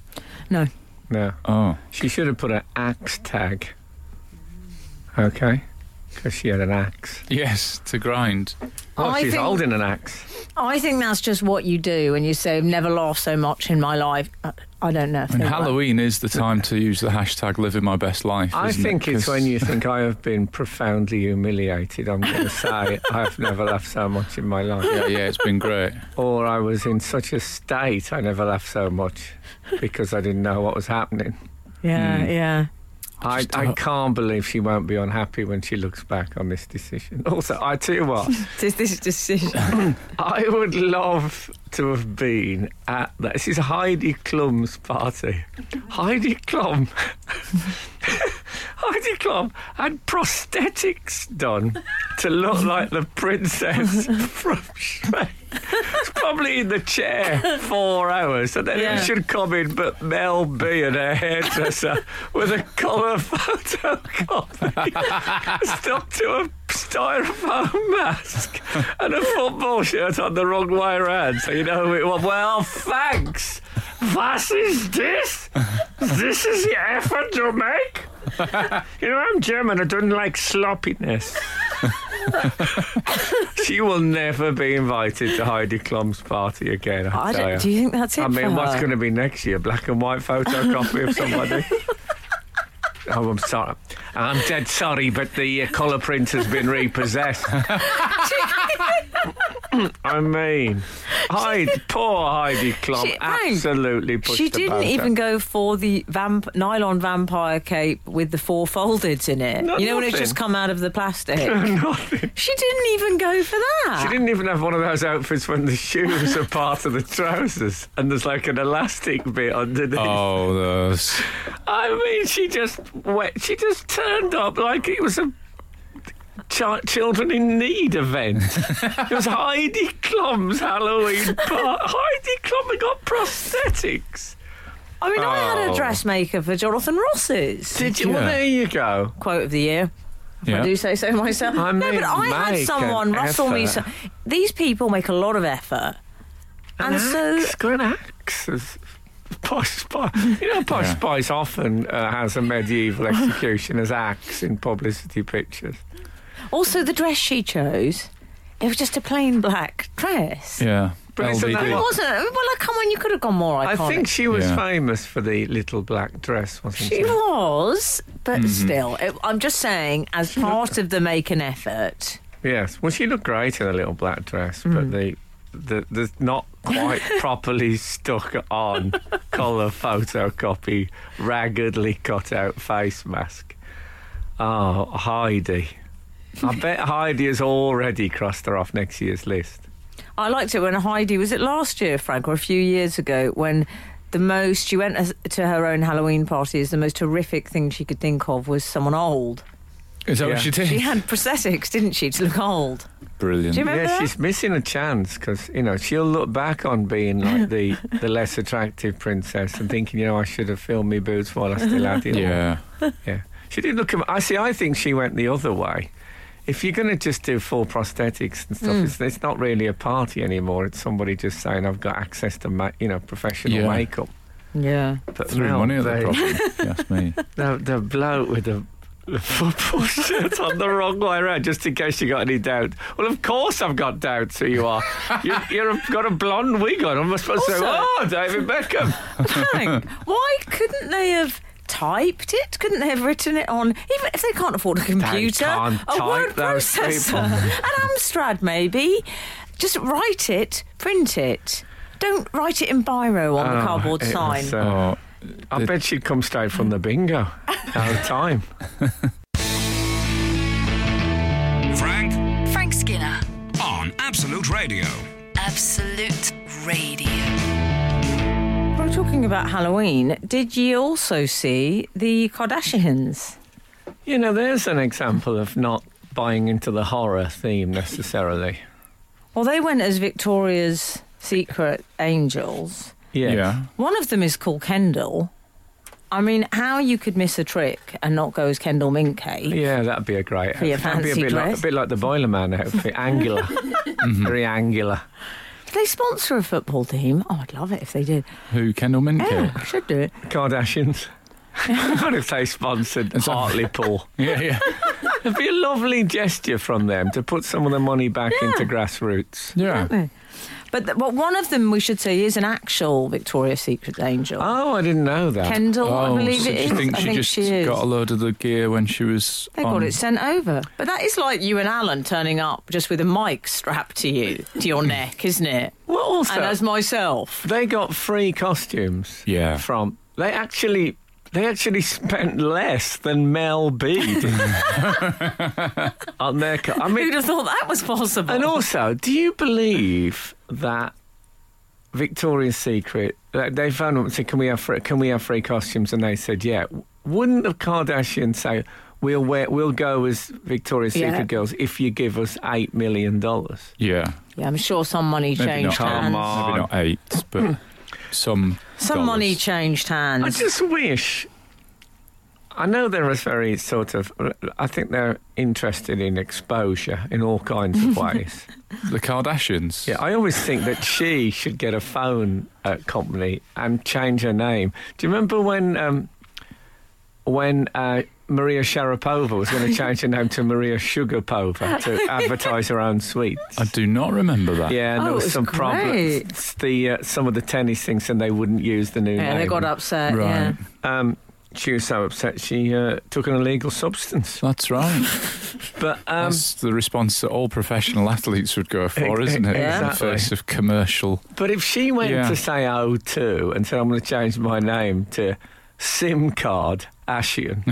D: No,
B: No,
C: Oh,
B: she should have put an axe tag. Okay, because she had an axe.
C: yes, to grind.
B: Well,
D: I
B: she's
D: think-
B: holding an axe.
D: I think that's just what you do when you say "never laughed so much in my life." I, I don't know. If
C: And
D: they were.
C: Halloween is the time to use the hashtag living my best life.
B: I
C: isn't
B: think
C: it?
B: it's
C: 'Cause-
B: when you think I have been profoundly humiliated. I'm going to say I've never laughed so much in my life,
C: Yeah, yeah, it's been great.
B: or I was in such a
C: Hmm.
B: state I never laughed so much because I didn't know what was happening.
D: Yeah, yeah.
B: I,
C: Just
B: I
C: don't-
B: can't believe she won't be unhappy when she looks back on this decision. Also, I tell you what,
D: This, this decision.
B: I would love to have been at that. This is Heidi Klum's party. Heidi Klum. Heidi Klum had prosthetics done to look like the princess from Shrek. It's probably in the chair four hours, and then
D: Yeah.
B: it should come in, but Mel B and her hairdresser with a colour photocopy stuck to a styrofoam mask and a football shirt on the wrong way around, so you know who it was. Well, thanks. Was is this? This is the effort you make? You know, I'm German. I don't like sloppiness. she will never be invited to Heidi Klum's party again. I,
D: I
B: tell
D: don't,
B: ya.
D: do you think that's it?
B: I mean,
D: for
B: what's
D: her?
B: going to be next year? Black and white photocopy of somebody. Oh, I'm sorry. I'm dead sorry, but the uh, colour print has been repossessed. I mean, Heidi, poor Heidi Klum,
D: She- hang.
B: absolutely pushed
D: She didn't
B: about
D: even
B: her.
D: go for the vamp- nylon vampire cape with the four foldeds in it.
B: No,
D: you know when it
B: nothing.
D: just come out of the plastic.
B: Nothing.
D: she didn't even go for that.
B: She didn't even have one of those outfits when the shoes are part of the trousers and there's like an elastic bit underneath.
C: Oh, those.
B: I mean, she just went, she just turned up like it was a chi- children in need event. it was Heidi Klum's Halloween party. Heidi Klum had got prosthetics.
D: I mean, I had
B: Oh.
D: a dressmaker for Jonathan Ross's
B: Did you? Well,
C: Yeah.
B: there you go.
D: quote of the year. if I
C: Yeah.
D: do say so myself.
B: I
D: no,
B: mean,
D: but I
B: make
D: had someone
B: an
D: rustle me. So-
B: effort.
D: These people make a lot of effort.
B: An
D: And so,
B: axe, got an axe. as Posh Spice. You know, Posh
C: Yeah.
B: Spice often uh, has a medieval execution as axe in publicity pictures.
D: also the dress she chose, it was just a plain black dress.
C: Yeah.
B: But it's
C: LBD.
B: another
D: It
B: one.
D: wasn't. Well, like, come on, you could have gone more
B: I
D: iconic.
B: think she was
C: Yeah.
B: famous for the little black dress, wasn't she?
D: She was, but still, it, I'm just saying, as part of the make an effort.
B: Yes. Well, she looked great in a little black dress,
D: Mm.
B: but the. The, the not quite properly stuck on colour photocopy, raggedly cut out face mask. Oh, Heidi. I bet Heidi has already crossed her off next year's list.
D: I liked it when Heidi was it last year, Frank, or a few years ago when. The most she went as- to her own Halloween party is the most horrific thing she could think of was someone old.
C: Is that
B: Yeah.
C: what she did?
D: She had prosthetics, didn't she, to look old?
C: Brilliant.
D: Do you remember
B: yeah,
D: that?
B: she's missing a chance because you know she'll look back on being like the the less attractive princess and thinking, you know, I should have filled me boots while I still had it. all.
C: Yeah.
B: yeah. She did look. I see. I think she went the other way. If you're going to just do full prosthetics and stuff,
C: Mm.
B: it's, it's not really a party anymore. It's somebody just saying, "I've got access to ma- you know professional
C: Yeah.
B: makeup."
D: Yeah.
B: But
C: Threw
B: now
C: money at the
B: they-
C: problem. if you ask me.
B: the, the bloke with the, the football shirt on the wrong way around, just in case you got any doubt. Well, of course I've got doubts who you are. You, you've got a blonde wig on. I'm supposed to say,
D: Also-
B: oh, David Beckham.
D: Frank, why couldn't they have typed it? Couldn't they have written it on, even if they can't afford a computer,
B: can't
D: a word
B: type those
D: processor,
B: people.
D: an Amstrad maybe? Just write it, print it. Don't write it in biro on the
B: Oh,
D: cardboard
B: it
D: sign.
B: was, uh,
C: Oh,
B: I bet she'd come straight from the bingo. Out of time.
E: Frank
A: Frank Skinner,
E: on Absolute Radio.
A: Absolute Radio.
D: We're talking about Halloween. Did you also see the Kardashians?
B: You know, there's an example of not buying into the horror theme necessarily.
D: Well, they went as Victoria's Secret Angels.
B: Yes.
C: yeah.
D: One of them is called Kendall. I mean, how you could miss a trick and not go as Kendall Minkay.
B: Yeah, that'd be a great
D: For your
B: outfit. That'd be a
D: fancy
B: bit, like,
D: dress.
B: a bit like the Boiler Man outfit. Angular. Very angular.
D: If they sponsor a football team, oh, I'd love it if they did.
C: Who? Kendall
D: Yeah,
C: Minkay?
D: I should do it.
B: Kardashians. what if they sponsored Hartlepool?
C: Yeah, yeah.
B: It'd be a lovely gesture from them to put some of the money back into grassroots.
C: Yeah.
D: But, th- but one of them, we should say, is an actual Victoria's Secret angel.
B: Oh, I didn't know that.
D: Kendall, I believe
C: Oh, so
D: it
C: do
D: is.
C: you think
D: I
C: she
D: think
C: just
D: she is.
C: got a load of the gear when she was
D: they
C: on...
D: got it sent over. But that is like you and Alan turning up just with a mic strapped to you, to your neck, isn't it?
B: Well, also,
D: And as myself.
B: they got free costumes
C: Yeah.
B: from. They actually. They actually spent less than Mel B did on their. Co- I mean,
D: Who'd have thought that was possible?
B: and also, do you believe that Victoria's Secret? that They found them and said, "Can we have free, can we have free costumes?" And they said, "Yeah." Wouldn't the Kardashian say, "We'll wear, we'll go as Victoria's
D: Yeah.
B: Secret girls if you give us eight million dollars"?
C: Yeah.
D: yeah, I'm sure some money
C: Maybe not,
D: changed
B: Come
D: hands. Hmm.
B: on.
C: maybe not eight, but some.
D: Some
C: dollars.
D: money changed
B: I
D: hands.
B: just wish. I know they're a very sort of. I think they're interested in exposure in all kinds of ways.
C: The Kardashians.
B: yeah, I always think that she should get a phone uh, company and change her name. Do you remember when um, when uh, Maria Sharapova was going to change her name to Maria Sugarpova to advertise her own sweets?
C: I do not remember that.
B: yeah, and
D: Oh,
B: there
D: it
B: was
D: was
B: some problems.
D: great.
B: It's The uh, some of the tennis things, and they wouldn't use the new name.
D: yeah, they got upset.
C: Right.
D: Yeah.
B: Um, she was so upset she uh, took an illegal substance.
C: That's right.
B: But um,
C: That's the response that all professional athletes would go for,
B: Ex-
C: isn't it? In the
B: exactly.
C: face of commercial.
B: but if she went
C: Yeah.
B: to say O2 and said I'm going to change my name to SIM card Ashian,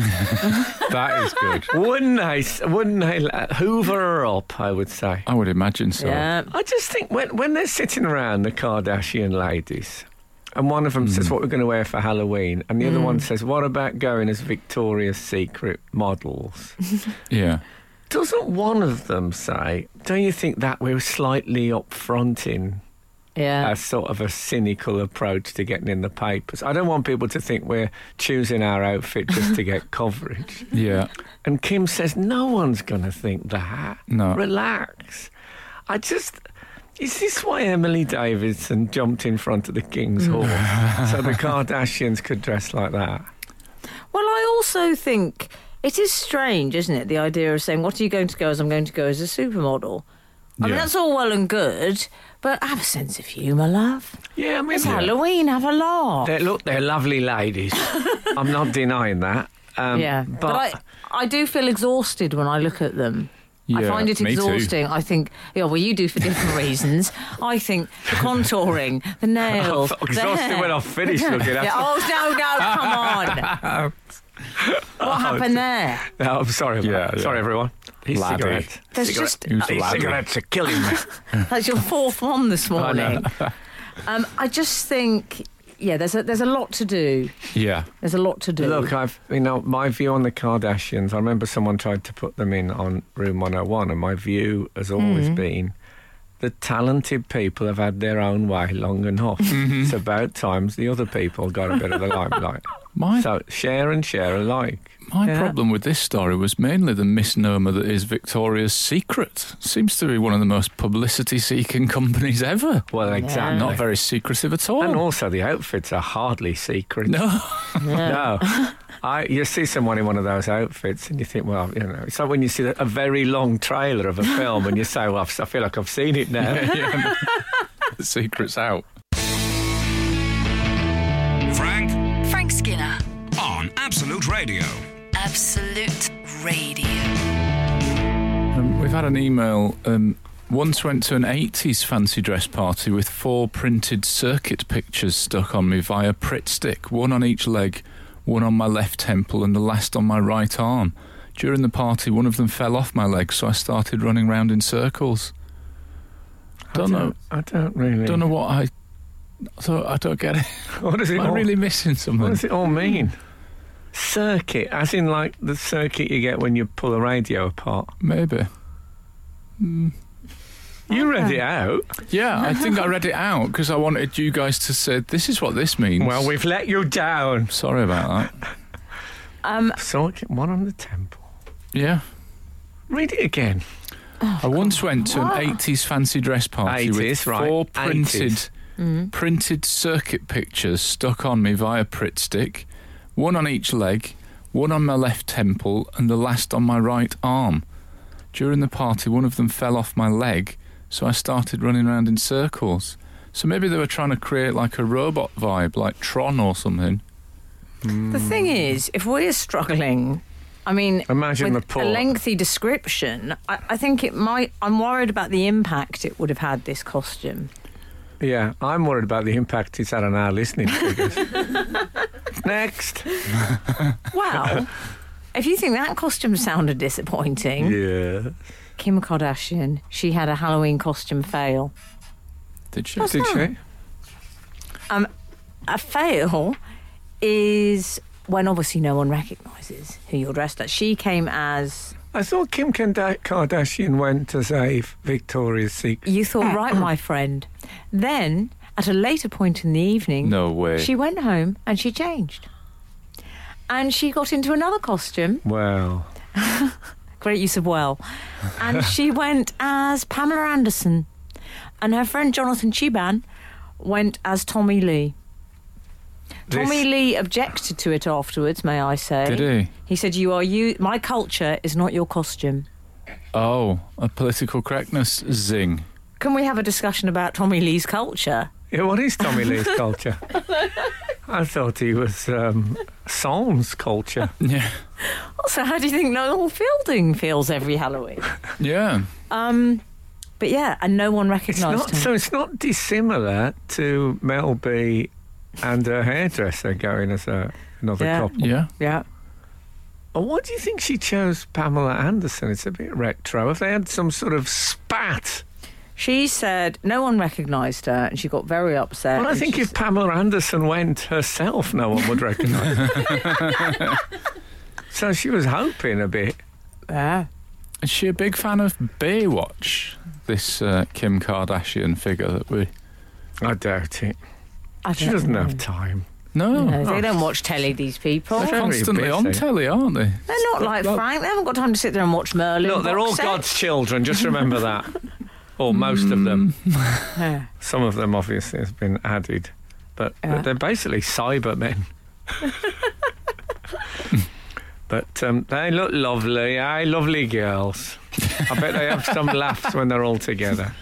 C: That is good.
B: wouldn't they? s- Wouldn't they la- hoover her up? I would say.
C: I would imagine so.
D: Yeah.
B: I just think when when they're sitting around the Kardashian ladies. And one of them says, What we're going to wear for Halloween. And the other one says, What about going as Victoria's Secret models?
C: Yeah.
B: Doesn't one of them say, don't you think that we're slightly upfronting
D: Yeah.
B: a sort of a cynical approach to getting in the papers? I don't want people to think we're choosing our outfit just to get coverage.
C: Yeah.
B: And Kim says, no one's going to think that.
C: No.
B: Relax. I just. Is this why Emily Davidson jumped in front of the King's Hall so the Kardashians could dress like that?
D: Well, I also think it is strange, isn't it? The idea of saying, "What are you going to go as? I'm going to go as a supermodel." I mean,
C: Yeah.
D: that's all well and good, but have a sense of humour, love.
B: Yeah, I mean,
D: It's Halloween. Have a laugh.
B: They're, look, they're lovely ladies. I'm not denying that. Um,
D: yeah,
B: But,
D: but, I, I do feel exhausted when I look at them. I
C: Yeah,
D: find it
C: me too.
D: exhausting. I think, yeah, well, you do for different reasons. I think the contouring, the nails.
B: I felt
D: the
B: exhausted
D: hair.
B: when I finished looking at
D: yeah,
B: it.
D: Oh, no, no, come on. what happened there?
B: No, I'm Oh, sorry. about-
C: Yeah, yeah.
B: Sorry, everyone. These
C: Laddie.
B: cigarettes.
D: There's
B: Cigarette-
D: just-
C: Who's
B: These
C: laddie?
B: cigarettes are killing me.
D: That's your fourth one this
B: know.
D: morning. um, I just think, yeah, there's a, there's a lot to do.
C: Yeah.
D: There's a lot to do.
B: Look, I've you know my view on the Kardashians. I remember someone tried to put them in on Room 101, and my view has always been the talented people have had their own way long enough. It's about times the other people got a bit of the limelight.
C: My
B: so share and share alike.
C: my
B: Yeah.
C: problem with this story was mainly the misnomer that is Victoria's Secret. Seems to be one of the most publicity-seeking companies ever.
B: Well, exactly.
C: Not very secretive at all.
B: And also, the outfits are hardly secret.
C: No.
B: No. I, you see someone in one of those outfits and you think, well, you know, it's like when you see a very long trailer of a film and you say, well, I feel like I've seen it now.
C: Yeah. the secret's out.
E: Frank
A: Frank Skinner,
E: on Absolute Radio.
A: Absolute Radio.
C: Um, we've had an email. Um, once went to an 80s fancy dress party with four printed circuit pictures stuck on me via Pritt stick, one on each leg, one on my left temple, and the last on my right arm. During the party, one of them fell off my leg, so I started running round in circles. Don't know.
B: I don't really.
C: Don't know what I. So I don't get it.
B: What does it,
C: Am I
B: all,
C: really missing
B: what
C: something?
B: does it all mean? Circuit, as in like the circuit you get when you pull a radio apart.
C: Maybe.
B: You read it out.
C: Yeah, I think I read it out because I wanted you guys to say this is what this means.
B: Well, we've let you down.
C: Sorry about that.
D: Um,
B: Circuit, one on the temple.
C: Yeah.
B: Read it again.
C: I once went to an 80s fancy dress party
B: 80s,
C: with
B: right,
C: four printed
B: 80s.
C: printed circuit pictures stuck on me via Pritt stick, one on each leg, one on my left temple, and the last on my right arm. During the party, one of them fell off my leg, so I started running around in circles. So maybe they were trying to create like a robot vibe, like Tron or something.
B: um,
D: the thing is, if we're struggling, I mean,
B: Imagine
D: with
B: the poor.
D: a lengthy description, I, I think it might. I'm worried about the impact it would have had this costume.
B: Yeah, I'm worried about the impact it's had on our listening figures. Next.
D: Well, if you think that costume sounded disappointing,
B: Yeah.
D: Kim Kardashian, she had a Halloween costume fail.
C: Did she?
B: Did she?
D: Um, a fail is when obviously no one recognises who you're dressed as. She came as
B: I thought Kim Kanda- Kardashian went to save Victoria's Secret.
D: you thought, right, my friend. Then at a later point in the evening,
C: No way.
D: she went home and she changed, and she got into another costume.
B: Well,
D: Great use of well, and she went as Pamela Anderson, and her friend Jonathan Chiban went as Tommy Lee.
B: this-
D: Tommy Lee objected to it afterwards, may I say?
C: Did he?
D: He said, "You are you. My culture is not your costume."
C: Oh, a political correctness zing.
D: Can we have a discussion about Tommy Lee's culture?
B: Yeah, what is Tommy Lee's culture? I thought he was um, Psalms culture.
C: Yeah.
D: Also, how do you think Noel Fielding feels every Halloween?
C: Yeah.
D: Um, but yeah, and no one
B: It's
D: recognised
B: not
D: him.
B: so. It's not dissimilar to Mel B and her hairdresser going as a, another
D: Yeah.
B: couple.
C: Yeah.
D: yeah,
B: And why do you think she chose Pamela Anderson? It's a bit retro. If they had some sort of spat.
D: she said no one recognised her, and she got very upset.
B: Well, I
D: and
B: think
D: she
B: if Pamela Anderson went herself, no one would recognise her. so she was hoping a bit.
D: said- yeah.
C: Is she a big fan of Baywatch? This uh, Kim Kardashian figure that we.
B: I doubt it.
D: I
B: She
D: don't
B: doesn't
D: know.
B: have Oh. time.
C: No.
D: No, they don't watch telly. These people.
C: They're
B: Very
C: constantly on
B: busy.
C: telly, aren't they?
D: They're not like
C: Well-
D: Frank. They haven't got time to sit there and watch Merlin.
B: Look, they're
D: box
B: all
D: set.
B: God's children. Just remember that. Or most of them.
D: Mm. Yeah.
B: Some of them obviously has been added, but
D: Yeah.
B: they're basically cybermen. but um, they look lovely. Aye, lovely girls. I bet they have some laughs when they're all together.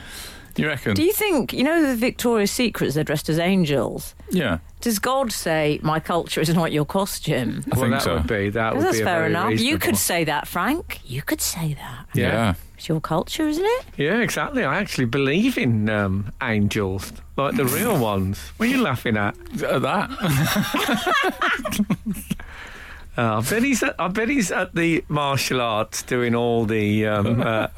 C: You reckon?
D: Do you think you know the Victoria's Secrets? They're dressed as angels.
C: yeah.
D: Does God say, "My culture is not your costume"?
C: I
B: well,
C: think
B: that
C: so.
B: would be that would
D: that's
B: be a
D: fair
B: very
D: enough. You
B: reasonable-
D: could say that, Frank. You could say that.
B: Yeah.
C: yeah.
D: It's your culture, isn't it?
B: yeah, exactly. I actually believe in um, angels, like the real ones. What are you laughing at?
C: Uh, that.
B: Uh, I bet he's. At, I bet he's at the martial arts doing all the. Um, uh,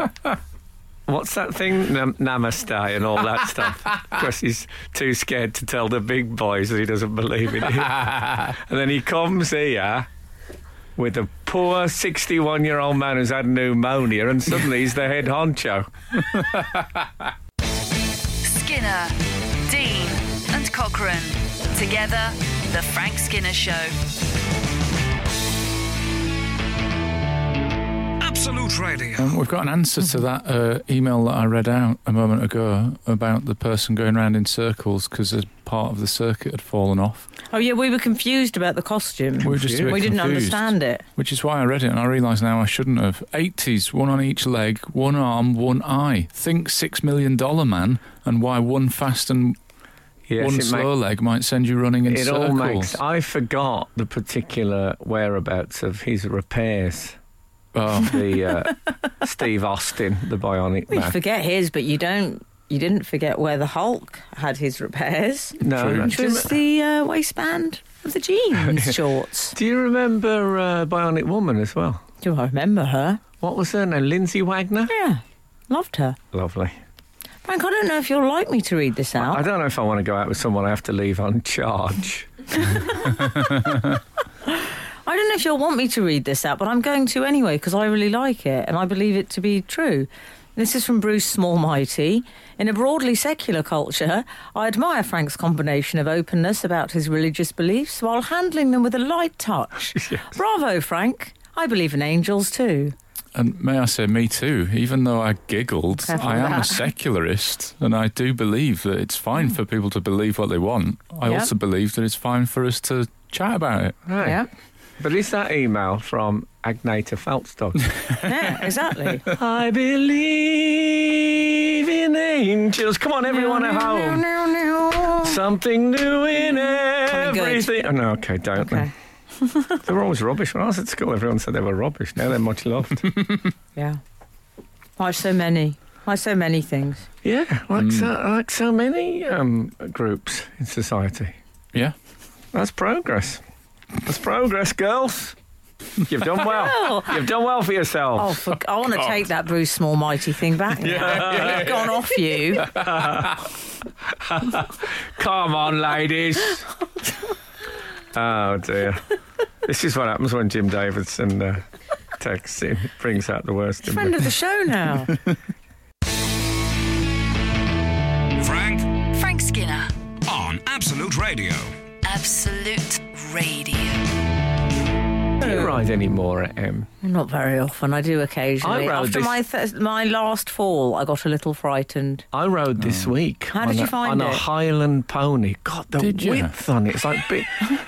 B: what's that thing? Nam- namaste and all that stuff. Of course, he's too scared to tell the big boys that he doesn't believe in it. and then he comes here with a poor sixty-one-year-old man who's had pneumonia, and suddenly he's the head honcho.
A: Skinner, Dean, and Cochrane. Together, The Frank Skinner Show.
E: Absolute Radio.
C: Um, we've got an answer to that uh, email that I read out a moment ago about the person going round in circles because a part of the circuit had fallen off.
D: Oh yeah, we were confused about the costume.
C: We were just a bit
D: we didn't
C: confused.
D: understand it.
C: Which is why I read it and I realise now I shouldn't have. 80s, one on each leg, one arm, one eye. Think six million dollar man and why one fast and
B: Yes,
C: one
B: it makes-
C: slow leg might send you running in
B: It
C: circles.
B: all makes. I forgot the particular whereabouts of his repairs.
C: Oh,
B: The uh, Steve Austin, the Bionic
D: We
B: Man.
D: forget his, but you don't. You didn't forget where the Hulk had his repairs,
B: No,
C: True.
B: no.
D: which
B: Do, you,
D: was the uh, waistband of the jeans shorts.
B: do you remember uh, Bionic Woman as well?
D: Do I remember her?
B: What was her name? Lindsay Wagner.
D: Yeah, loved her.
B: Lovely.
D: Frank, I don't know if you'll like me to read this out.
B: I don't know if I want to go out with someone I have to leave on charge.
D: I don't know if you'll want me to read this out, but I'm going to anyway because I really like it and I believe it to be true. This is from Bruce Smallmighty. In a broadly secular culture, I admire Frank's combination of openness about his religious beliefs while handling them with a light touch. Bravo, Frank. I believe in angels too.
C: and may I say, me too. Even though I giggled,
D: Careful
C: I
D: with
C: am a
D: that. Hmm.
C: secularist and I do believe that it's fine for people to believe what they want. I
D: Yeah.
C: also believe that it's fine for us to chat about it.
B: Right.
D: Yeah,
B: But is that email from Agneta Feltstock?
D: yeah exactly.
B: I believe in angels. Come on, everyone at home. Something new in
D: good.
B: everything. Oh, no, okay, don't.
D: Okay.
B: Then. They were always rubbish. When I was at school, everyone said they were rubbish. Now they're much loved.
D: Yeah. Why so many? Why so many things?
B: yeah,
D: Hmm.
B: like, so, like so many um, groups in society.
C: Yeah.
B: That's progress. That's progress, girls. You've done well. You've done well for
D: Oh,
B: yourselves.
D: for, I want to take that Bruce Small Mighty thing back. now. I've gone off you.
B: Come on, ladies. oh dear. This is what happens when Jim Davidson uh, texts in. It brings out the worst in
D: Friend
B: me.
D: of the show now.
E: Frank
A: Frank Skinner,
E: on Absolute Radio.
A: Absolute Radio.
B: Do you ride anymore at M?
D: Not very often. I do occasionally.
B: I rode
D: After
B: this-
D: my th- my last fall, I got a little frightened.
B: I rode this week.
D: How
B: on
D: did you
B: a,
D: find
B: On a
D: it?
B: Highland pony. God, the
C: Did you?
B: width on it. It's like bit,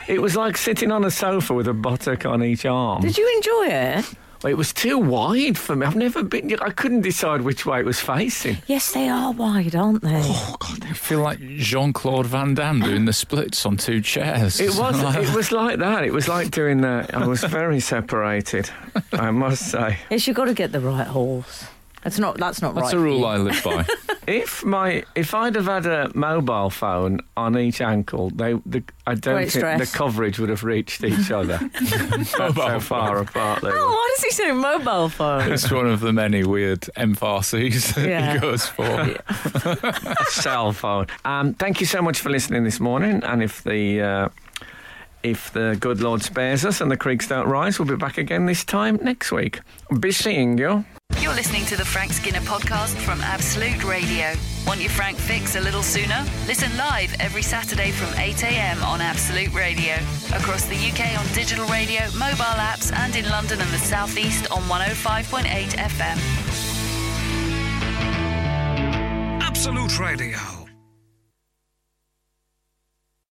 B: it was like sitting on a sofa with a buttock on each arm.
D: Did you enjoy it?
B: It was too wide for me. I've never been. I couldn't decide which way it was facing.
D: Yes, they are wide, aren't they?
C: I feel like Jean Claude Van Damme doing the splits on two chairs.
B: It was. it was like that. It was like doing that. I was very separated. I must say.
D: Yes, you've got to get the right horse. That's not. That's not
C: That's a
D: right.
C: rule I live by.
B: If my if I'd have had a mobile phone on each ankle, they the, I don't think
D: Great stress.
B: the coverage would have reached each other. That's how far apart they
D: Oh,
B: were.
D: why does he say mobile phone?
C: It's one of the many weird emphases that
D: Yeah.
C: he goes for.
B: cell phone. Um, thank you so much for listening this morning. And if the uh, if the good Lord spares us and the creeks don't rise, we'll be back again this time next week. Be seeing you.
A: You're listening to the Frank Skinner podcast from Absolute Radio. Want your Frank fix a little sooner? Listen live every Saturday from 8 a.m. on Absolute Radio. Across the UK on digital radio, mobile apps, and in London and the South East on 105.8 FM.
E: Absolute Radio.